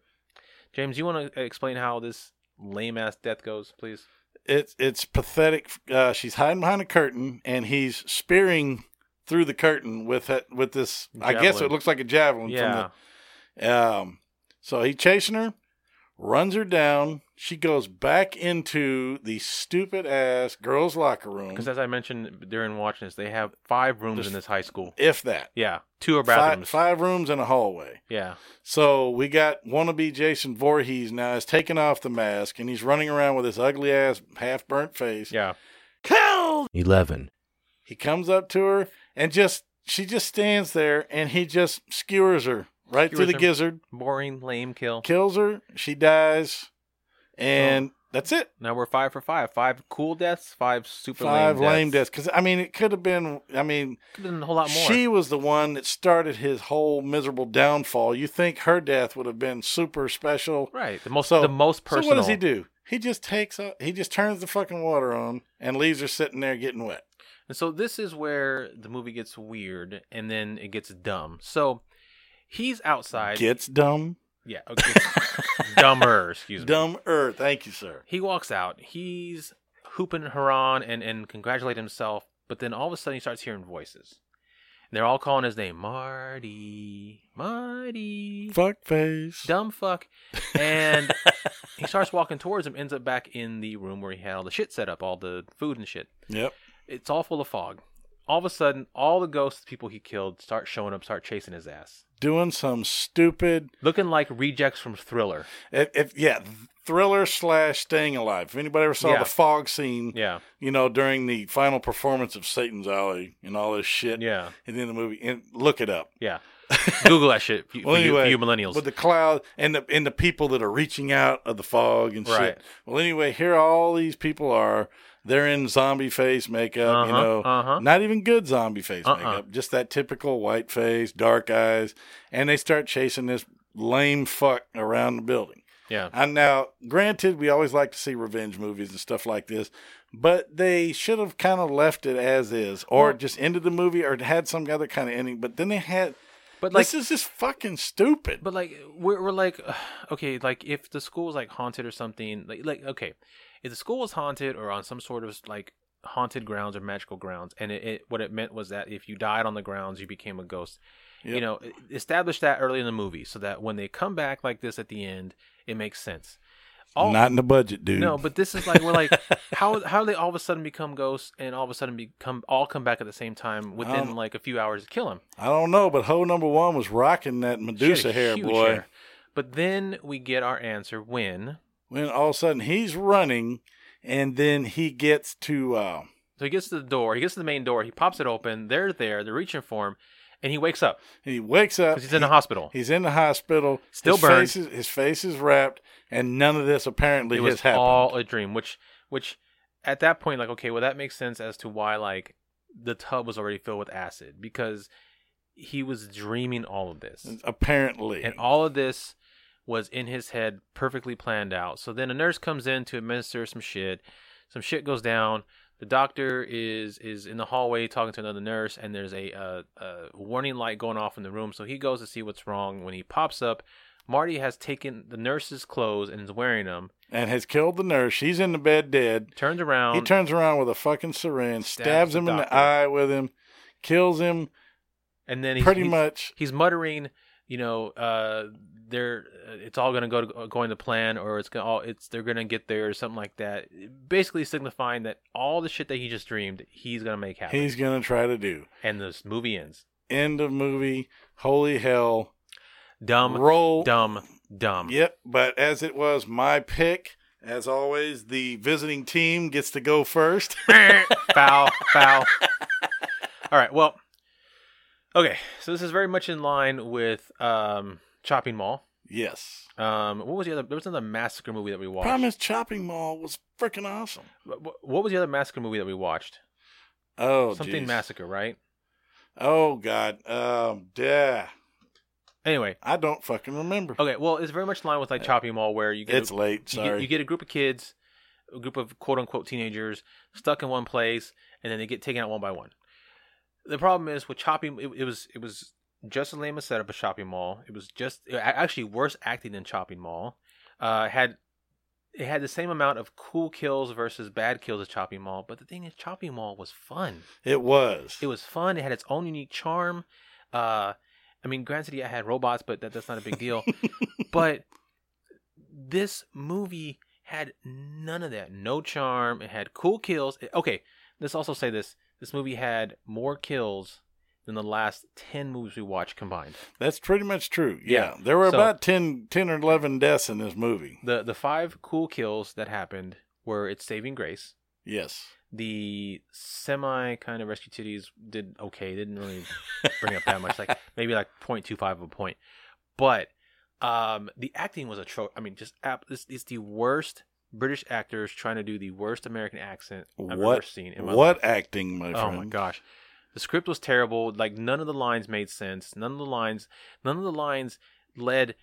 Speaker 4: James, you want to explain how this lame ass death goes, please?
Speaker 9: it's it's pathetic. Uh, she's hiding behind a curtain, and he's spearing through the curtain with that with this. I guess it
Speaker 4: Javelin.
Speaker 9: looks like a javelin.
Speaker 4: Yeah.
Speaker 9: From the, um. So he chasing her, runs her down. She goes back into the stupid ass girls' locker room.
Speaker 4: Because as I mentioned during watching this, they have five rooms in this high school.
Speaker 9: If that,
Speaker 4: Yeah, two are
Speaker 9: five,
Speaker 4: bathrooms.
Speaker 9: five rooms and a hallway.
Speaker 4: Yeah,
Speaker 9: So we got wannabe Jason Voorhees now is taking off the mask and he's running around with his ugly ass half burnt face.
Speaker 4: yeah.
Speaker 9: Killed.
Speaker 12: 11.
Speaker 9: He comes up to her and just she just stands there and he just skewers her right through the
Speaker 4: Skewers her.
Speaker 9: gizzard,
Speaker 4: Boring, lame kill.
Speaker 9: kills her, she dies, and
Speaker 4: Oh.
Speaker 9: that's it.
Speaker 4: Now we're five for five. Five cool deaths, five super
Speaker 9: Five lame
Speaker 4: lame deaths.
Speaker 9: deaths. Because I mean, it could have been. I mean,
Speaker 4: Could have been a whole lot more.
Speaker 9: She was the one that started his whole miserable downfall. You think her death would have been super special?
Speaker 4: Right. The most- the most
Speaker 9: So what
Speaker 4: personal.
Speaker 9: does he do? He just takes a, he just turns the fucking water on and leaves her sitting there getting wet.
Speaker 4: And so this is where the movie gets weird and then it gets dumb. um, So he's outside.
Speaker 9: Gets dumb.
Speaker 4: yeah, okay. dumber, excuse me.
Speaker 9: Dumber. er, Thank you, sir.
Speaker 4: He walks out. He's hooping Haran and and congratulating himself, but then all of a sudden he starts hearing voices. And they're all calling his name, Marty, Marty,
Speaker 9: Fuckface.
Speaker 4: dumb fuck. And he starts walking towards him, ends up back in the room where he had all the shit set up, all the food and shit.
Speaker 9: Yep.
Speaker 4: It's all full of fog. All of a sudden, all the ghosts, people he killed, start showing up, start chasing his ass,
Speaker 9: Doing some stupid.
Speaker 4: looking like rejects from Thriller.
Speaker 9: If, if- yeah, thriller slash staying alive. If anybody ever saw
Speaker 4: Yeah.
Speaker 9: the fog scene,
Speaker 4: Yeah.
Speaker 9: you know, during the final performance of Satan's Alley and all this shit,
Speaker 4: Yeah.
Speaker 9: and then the movie, and look it up.
Speaker 4: Yeah. Google that shit, for you-
Speaker 9: Well,
Speaker 4: for you- for
Speaker 9: anyway,
Speaker 4: you millennials.
Speaker 9: with the cloud and the and the people that are reaching out of the fog and shit.
Speaker 4: Right.
Speaker 9: Well, anyway, here all these people are. They're in zombie face makeup, you
Speaker 4: Uh-huh,
Speaker 9: know,
Speaker 4: uh-huh.
Speaker 9: not even good zombie face
Speaker 4: Uh-uh.
Speaker 9: makeup, just that typical white face, dark eyes, and they start chasing this lame fuck around the building.
Speaker 4: Yeah.
Speaker 9: And now, granted, we always like to see revenge movies and stuff like this, but they should have kind of left it as is, or just ended the movie, or had some other kind of ending. But then they had,
Speaker 4: But,
Speaker 9: but
Speaker 4: like-
Speaker 9: this is just fucking stupid.
Speaker 4: But like we're we're like ugh, okay, like if the school was like haunted or something, like like okay, if the school was haunted or on some sort of like haunted grounds or magical grounds, and it, it what it meant was that if you died on the grounds, you became a ghost. You
Speaker 9: Yep.
Speaker 4: know, e- establish that early in the movie so that when they come back like this at the end, it makes sense. All-
Speaker 9: Not in the budget, dude.
Speaker 4: No, but this is like we're like how how do they all of a sudden become ghosts and all of a sudden become all come back at the same time within
Speaker 9: Um,
Speaker 4: like a few hours to kill him?
Speaker 9: I don't know, but hoe number one was rocking that
Speaker 4: She had a
Speaker 9: Medusa hair,
Speaker 4: huge
Speaker 9: boy.
Speaker 4: hair. But then we get our answer when
Speaker 9: When all of a sudden he's running, and then he gets to uh,
Speaker 4: So he gets to the door. He gets to the main door. He pops it open. They're there. They're reaching for him, and he wakes up
Speaker 9: he wakes up.
Speaker 4: because he's in the hospital.
Speaker 9: He's in the hospital.
Speaker 4: Still
Speaker 9: his
Speaker 4: burned.
Speaker 9: Face is, his face is wrapped, and none of this apparently
Speaker 4: it
Speaker 9: has
Speaker 4: was
Speaker 9: happened.
Speaker 4: all a dream. Which, which, at that point, like, okay, well, that makes sense as to why like the tub was already filled with acid because he was dreaming all of this,
Speaker 9: apparently.
Speaker 4: and all of this was in his head, perfectly planned out. So then a nurse comes in to administer some shit. Some shit goes down. The doctor is is in the hallway talking to another nurse, and there's a, uh a warning light going off in the room. So he goes to see what's wrong. When he pops up, Marty has taken the nurse's clothes and is wearing them.
Speaker 9: and has killed the nurse. She's in the bed dead.
Speaker 4: Turns around.
Speaker 9: He turns around with a fucking syringe, stabs,
Speaker 4: Stabs the
Speaker 9: him in the
Speaker 4: doctor.
Speaker 9: eye with him, kills him.
Speaker 4: and then he's,
Speaker 9: pretty
Speaker 4: he's-
Speaker 9: much-
Speaker 4: he's muttering, you know, uh, they're uh, it's all gonna go to, going to plan, or it's gonna all it's they're gonna get there, or something like that. Basically signifying that all the shit that he just dreamed, he's gonna make happen.
Speaker 9: He's gonna try to do.
Speaker 4: and this movie ends.
Speaker 9: End of movie. Holy hell.
Speaker 4: Dumb,
Speaker 9: Roll.
Speaker 4: dumb, dumb.
Speaker 9: Yep. But as it was my pick, as always, the visiting team gets to go first.
Speaker 4: foul, foul. All right. Well, okay. So this is very much in line with um, Chopping Mall.
Speaker 9: yes.
Speaker 4: Um, what was the other? There was another massacre movie that we watched.
Speaker 9: Promise Chopping Mall was freaking awesome.
Speaker 4: Wh- wh- What was the other massacre movie that we watched?
Speaker 9: Oh,
Speaker 4: Something
Speaker 9: geez.
Speaker 4: massacre, right?
Speaker 9: Oh God. Um. Yeah.
Speaker 4: Anyway,
Speaker 9: I don't fucking remember.
Speaker 4: okay. Well, it's very much in line with like Chopping Mall, where you get
Speaker 9: It's late.
Speaker 4: you get,
Speaker 9: Sorry.
Speaker 4: you get a group of kids, a group of quote unquote teenagers stuck in one place, and then they get taken out one by one. The problem is with Chopping. It, it was it was just as lame a setup as Chopping Mall. It was just uh, a- actually worse acting than Chopping Mall. Uh, it had it had the same amount of cool kills versus bad kills as Chopping Mall, but the thing is, Chopping Mall was fun.
Speaker 9: it was.
Speaker 4: It was fun. It had its own unique charm. Uh, I mean, granted, yeah, I had robots, but that, that's not a big deal. but this movie had none of that. No charm. It had cool kills. It- okay, let's also say this: this movie had more kills than the last ten movies we watched combined.
Speaker 9: That's pretty much true.
Speaker 4: Yeah.
Speaker 9: Yeah. There were
Speaker 4: So-
Speaker 9: about 10, 10 or 11 deaths in this movie.
Speaker 4: The the five cool kills that happened were its saving grace.
Speaker 9: Yes.
Speaker 4: The semi kind of rescue titties did okay. They didn't really bring up that much. Like maybe like 0.25 of a point. But um, the acting was atrocious. I mean, just ap- it's, it's the worst British actors trying to do the worst American accent I've
Speaker 9: What-
Speaker 4: ever seen in my
Speaker 9: what
Speaker 4: life.
Speaker 9: acting, my
Speaker 4: Oh my
Speaker 9: friend?
Speaker 4: gosh, the script was terrible. Like none of the lines made sense. None of the lines, none of the lines led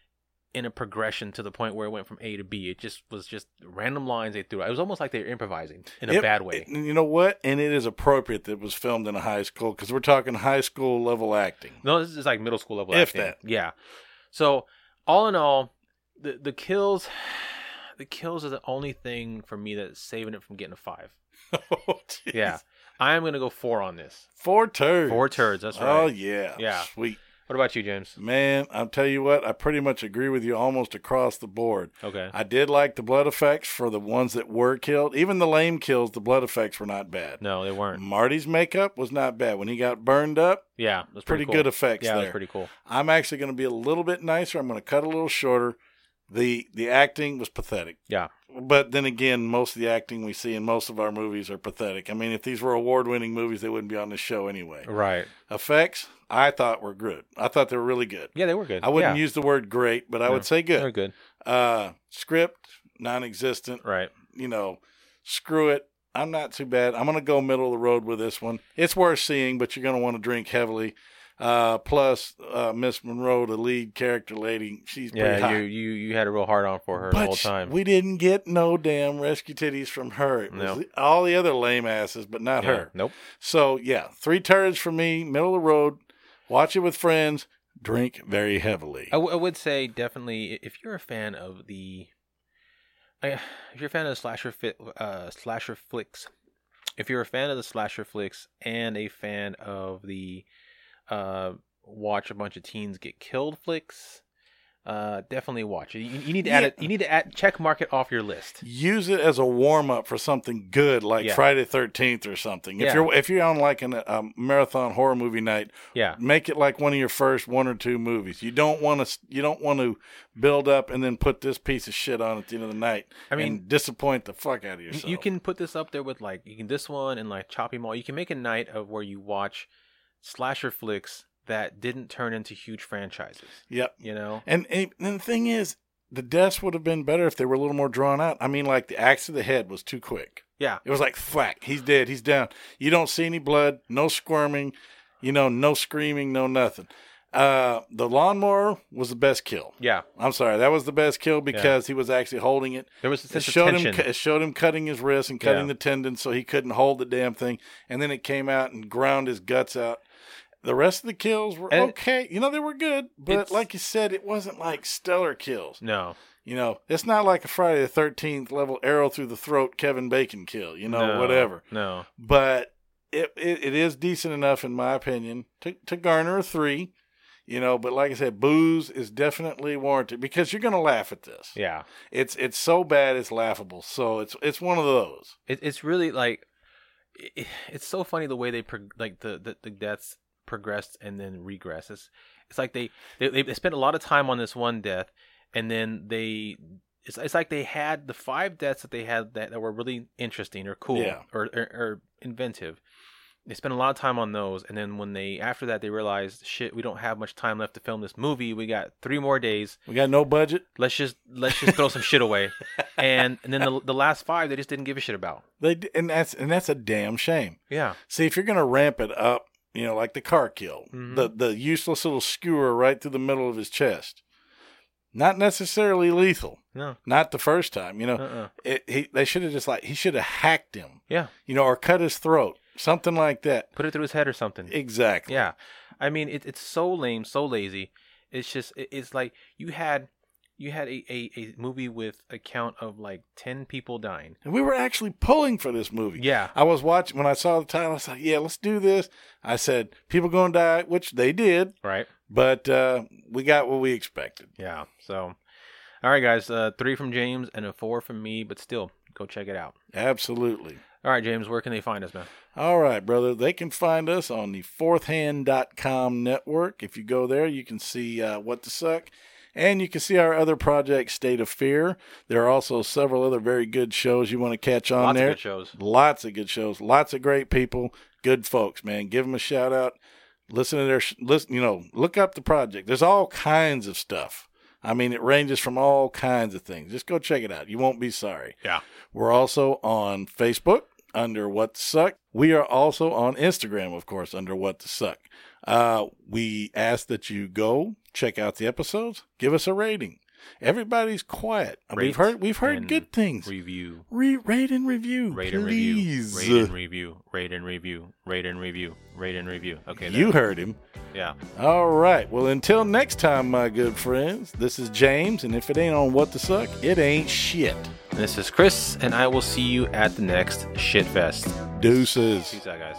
Speaker 4: in a progression to the point where it went from A to B. It just was just random lines they threw. out. It was almost like they were improvising in a
Speaker 9: It-
Speaker 4: bad way.
Speaker 9: it- you know what? And it is appropriate that it was filmed in a high school because we're talking high school level acting.
Speaker 4: No, this is like middle school level.
Speaker 9: If
Speaker 4: acting.
Speaker 9: that.
Speaker 4: yeah. So all in all, the the kills, the kills are the only thing for me that's saving it from getting a five. yeah, I am gonna go four on this.
Speaker 9: Oh, Four turds.
Speaker 4: Four turds. That's right.
Speaker 9: Oh yeah.
Speaker 4: Yeah.
Speaker 9: Sweet.
Speaker 4: What about you, James?
Speaker 9: Man, I'll tell you what, I pretty much agree with you almost across the board.
Speaker 4: Okay.
Speaker 9: I did like the blood effects for the ones that were killed. Even the lame kills, the blood effects were not bad.
Speaker 4: No, they weren't.
Speaker 9: Marty's makeup was not bad. When he got burned up,
Speaker 4: Yeah, that's pretty
Speaker 9: pretty,
Speaker 4: cool.
Speaker 9: good effects
Speaker 4: Yeah,
Speaker 9: there.
Speaker 4: that's pretty cool.
Speaker 9: I'm actually going to be a little bit nicer. I'm going to cut a little shorter. The the acting was pathetic.
Speaker 4: Yeah.
Speaker 9: But then again, most of the acting we see in most of our movies are pathetic. I mean, if these were award-winning movies, they wouldn't be on this show anyway.
Speaker 4: Right.
Speaker 9: Effects, I thought were good. I thought they were really good.
Speaker 4: Yeah, they were good.
Speaker 9: I wouldn't
Speaker 4: Yeah.
Speaker 9: use the word great, but I
Speaker 4: No,
Speaker 9: would say good.
Speaker 4: they were good.
Speaker 9: Uh, script, non-existent.
Speaker 4: Right.
Speaker 9: You know, screw it. I'm not too bad. I'm going to go middle of the road with this one. It's worth seeing, but you're going to want to drink heavily. Uh, plus, uh, Miss Monroe, the lead character lady, she's pretty
Speaker 4: Yeah,
Speaker 9: hot.
Speaker 4: you, you you had a real hard on for her the
Speaker 9: But
Speaker 4: whole
Speaker 9: sh-
Speaker 4: time.
Speaker 9: we didn't get no damn rescue titties from her. It was
Speaker 4: No.
Speaker 9: the- all the other lame asses, but not
Speaker 4: Yeah,
Speaker 9: her.
Speaker 4: Nope.
Speaker 9: So yeah, three turds for me, middle of the road. Watch it with friends. Drink very heavily.
Speaker 4: I, w- I would say definitely i- if you're a fan of the, I, if you're a fan of the slasher fit, uh, slasher flicks, if you're a fan of the slasher flicks and a fan of the, uh, watch a bunch of teens get killed flicks, uh, definitely watch it. You, you need to add
Speaker 9: Yeah.
Speaker 4: it. You need to add check mark it off your list.
Speaker 9: Use it as a warm up for something good, like
Speaker 4: Yeah.
Speaker 9: Friday Thirteenth or something. If
Speaker 4: Yeah.
Speaker 9: you're if you're on like an, a marathon horror movie night,
Speaker 4: Yeah.
Speaker 9: make it like one of your first one or two movies. You don't want to you don't want to build up and then put this piece of shit on at the end of the night.
Speaker 4: I mean-
Speaker 9: and disappoint the fuck out of
Speaker 4: Y-
Speaker 9: yourself.
Speaker 4: You can put this up there with like you can this one and like Choppy Mall. You can make a night of where you watch slasher flicks that didn't turn into huge franchises.
Speaker 9: Yep.
Speaker 4: You know.
Speaker 9: And, and and the thing is, the deaths would have been better if they were a little more drawn out. I mean, like the axe to the head was too quick.
Speaker 4: Yeah.
Speaker 9: It was like thwack, he's dead, he's down. You don't see any blood, no squirming, you know, no screaming, no nothing. Uh, the lawnmower was the best kill.
Speaker 4: Yeah.
Speaker 9: I'm sorry, that was the best kill because he was actually holding it.
Speaker 4: There was a
Speaker 9: it
Speaker 4: sense of
Speaker 9: showed him
Speaker 4: tension.
Speaker 9: cu- it showed him cutting his wrist and cutting
Speaker 4: Yeah.
Speaker 9: the tendon, so he couldn't hold the damn thing. And then it came out and ground his guts out. The rest of the kills were
Speaker 4: And-
Speaker 9: okay. You know they were good, but
Speaker 4: It's-
Speaker 9: like you said, it wasn't like stellar kills.
Speaker 4: No.
Speaker 9: You know, it's not like a Friday the Thirteenth level arrow through the throat Kevin Bacon kill. You know,
Speaker 4: No,
Speaker 9: whatever.
Speaker 4: No.
Speaker 9: But it, it it is decent enough in my opinion to to garner a three. You know, but like I said, booze is definitely warranted because you're gonna laugh at this.
Speaker 4: Yeah.
Speaker 9: It's it's so bad it's laughable. So it's it's one of those.
Speaker 4: It, it's really like it, it's so funny the way they prog- like the, the the deaths progressed and then regress. It's, it's like they, they they spent a lot of time on this one death, and then they it's, it's like they had the five deaths that they had that, that were really interesting or cool
Speaker 9: Yeah.
Speaker 4: or, or or inventive. They spent a lot of time on those, and then when they after that they realized shit, we don't have much time left to film this movie. We got three more days.
Speaker 9: We got no budget.
Speaker 4: Let's just let's just throw some shit away, and and then the the last five they just didn't give a shit about.
Speaker 9: They d- and that's and that's a damn shame.
Speaker 4: Yeah.
Speaker 9: See, if you're gonna ramp it up, you know, like the car kill,
Speaker 4: Mhm.
Speaker 9: the the useless little skewer right through the middle of his chest, not necessarily lethal.
Speaker 4: No.
Speaker 9: Not the first time, you know.
Speaker 4: Uh-uh.
Speaker 9: It, he, they should have just like he should have hacked him,
Speaker 4: Yeah.
Speaker 9: you know, or cut his throat, something like that.
Speaker 4: Put it through his head or something.
Speaker 9: Exactly.
Speaker 4: Yeah, I mean it, it's so lame, so lazy. It's just it, it's like you had you had a, a, a movie with a count of like ten people dying.
Speaker 9: And we were actually pulling for this movie.
Speaker 4: Yeah.
Speaker 9: I was watching when I saw the title. I was like, "Yeah, let's do this." I said, "People gonna die," which they did,
Speaker 4: Right.
Speaker 9: but uh, we got what we expected.
Speaker 4: Yeah. So, all right, guys, uh, three from James and a four from me, but still go check it out.
Speaker 9: Absolutely.
Speaker 4: All right, James, where can they find us, man?
Speaker 9: All right, brother. They can find us on the fourthhand.com network. If you go there, you can see uh, What the Suck And you can see our other project, State of Fear. There are also several other very good shows you want to catch on
Speaker 4: Lots of
Speaker 9: there.
Speaker 4: good shows.
Speaker 9: Lots of good shows. Lots of great people. Good folks, man. Give them a shout out. Listen to their, sh- listen, you know, look up the project. There's all kinds of stuff. I mean, it ranges from all kinds of things. Just go check it out. You won't be sorry.
Speaker 4: Yeah.
Speaker 9: We're also on Facebook under What the Suck. We are also on Instagram, of course, under What the Suck. Uh, we ask that you go check out the episodes, give us a rating. Everybody's quiet.
Speaker 4: Rate
Speaker 9: we've heard we've heard
Speaker 4: and
Speaker 9: good things.
Speaker 4: Review.
Speaker 9: Re- rate and review,
Speaker 4: Rate and review.
Speaker 9: please.
Speaker 4: Rate and review. Rate and review. Rate and review. Rate and review. Okay.
Speaker 9: You
Speaker 4: there.
Speaker 9: heard him.
Speaker 4: Yeah.
Speaker 9: All right. Well, until next time, my good friends. This is James, and if it ain't on What the Suck, it ain't shit.
Speaker 4: This is Chris, and I will see you at the next shit fest.
Speaker 9: Deuces.
Speaker 4: Peace out, guys.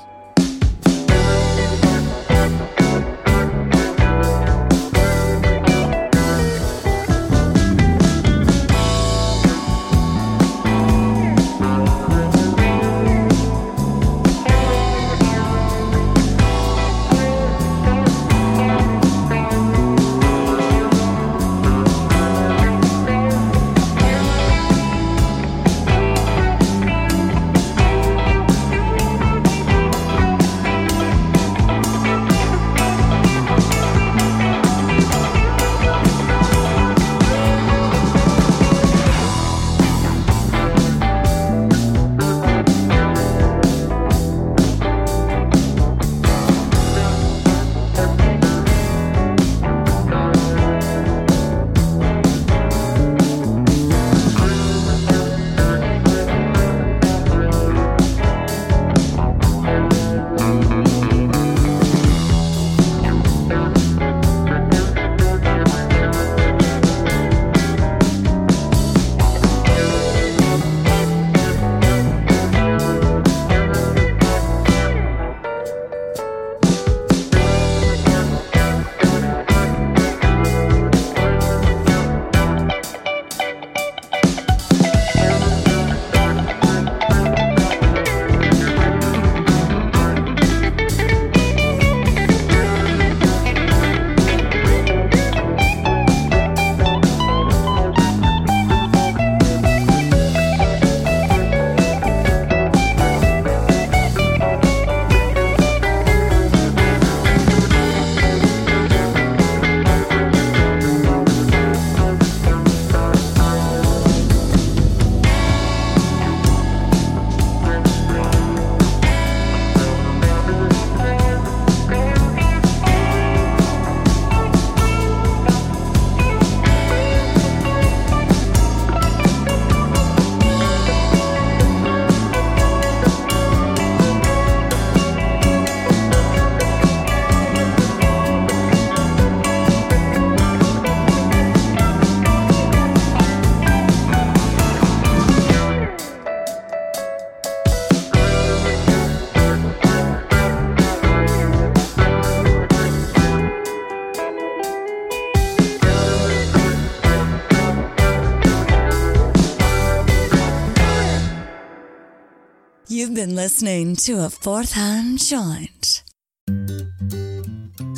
Speaker 1: You've been listening to a fourth hand joint.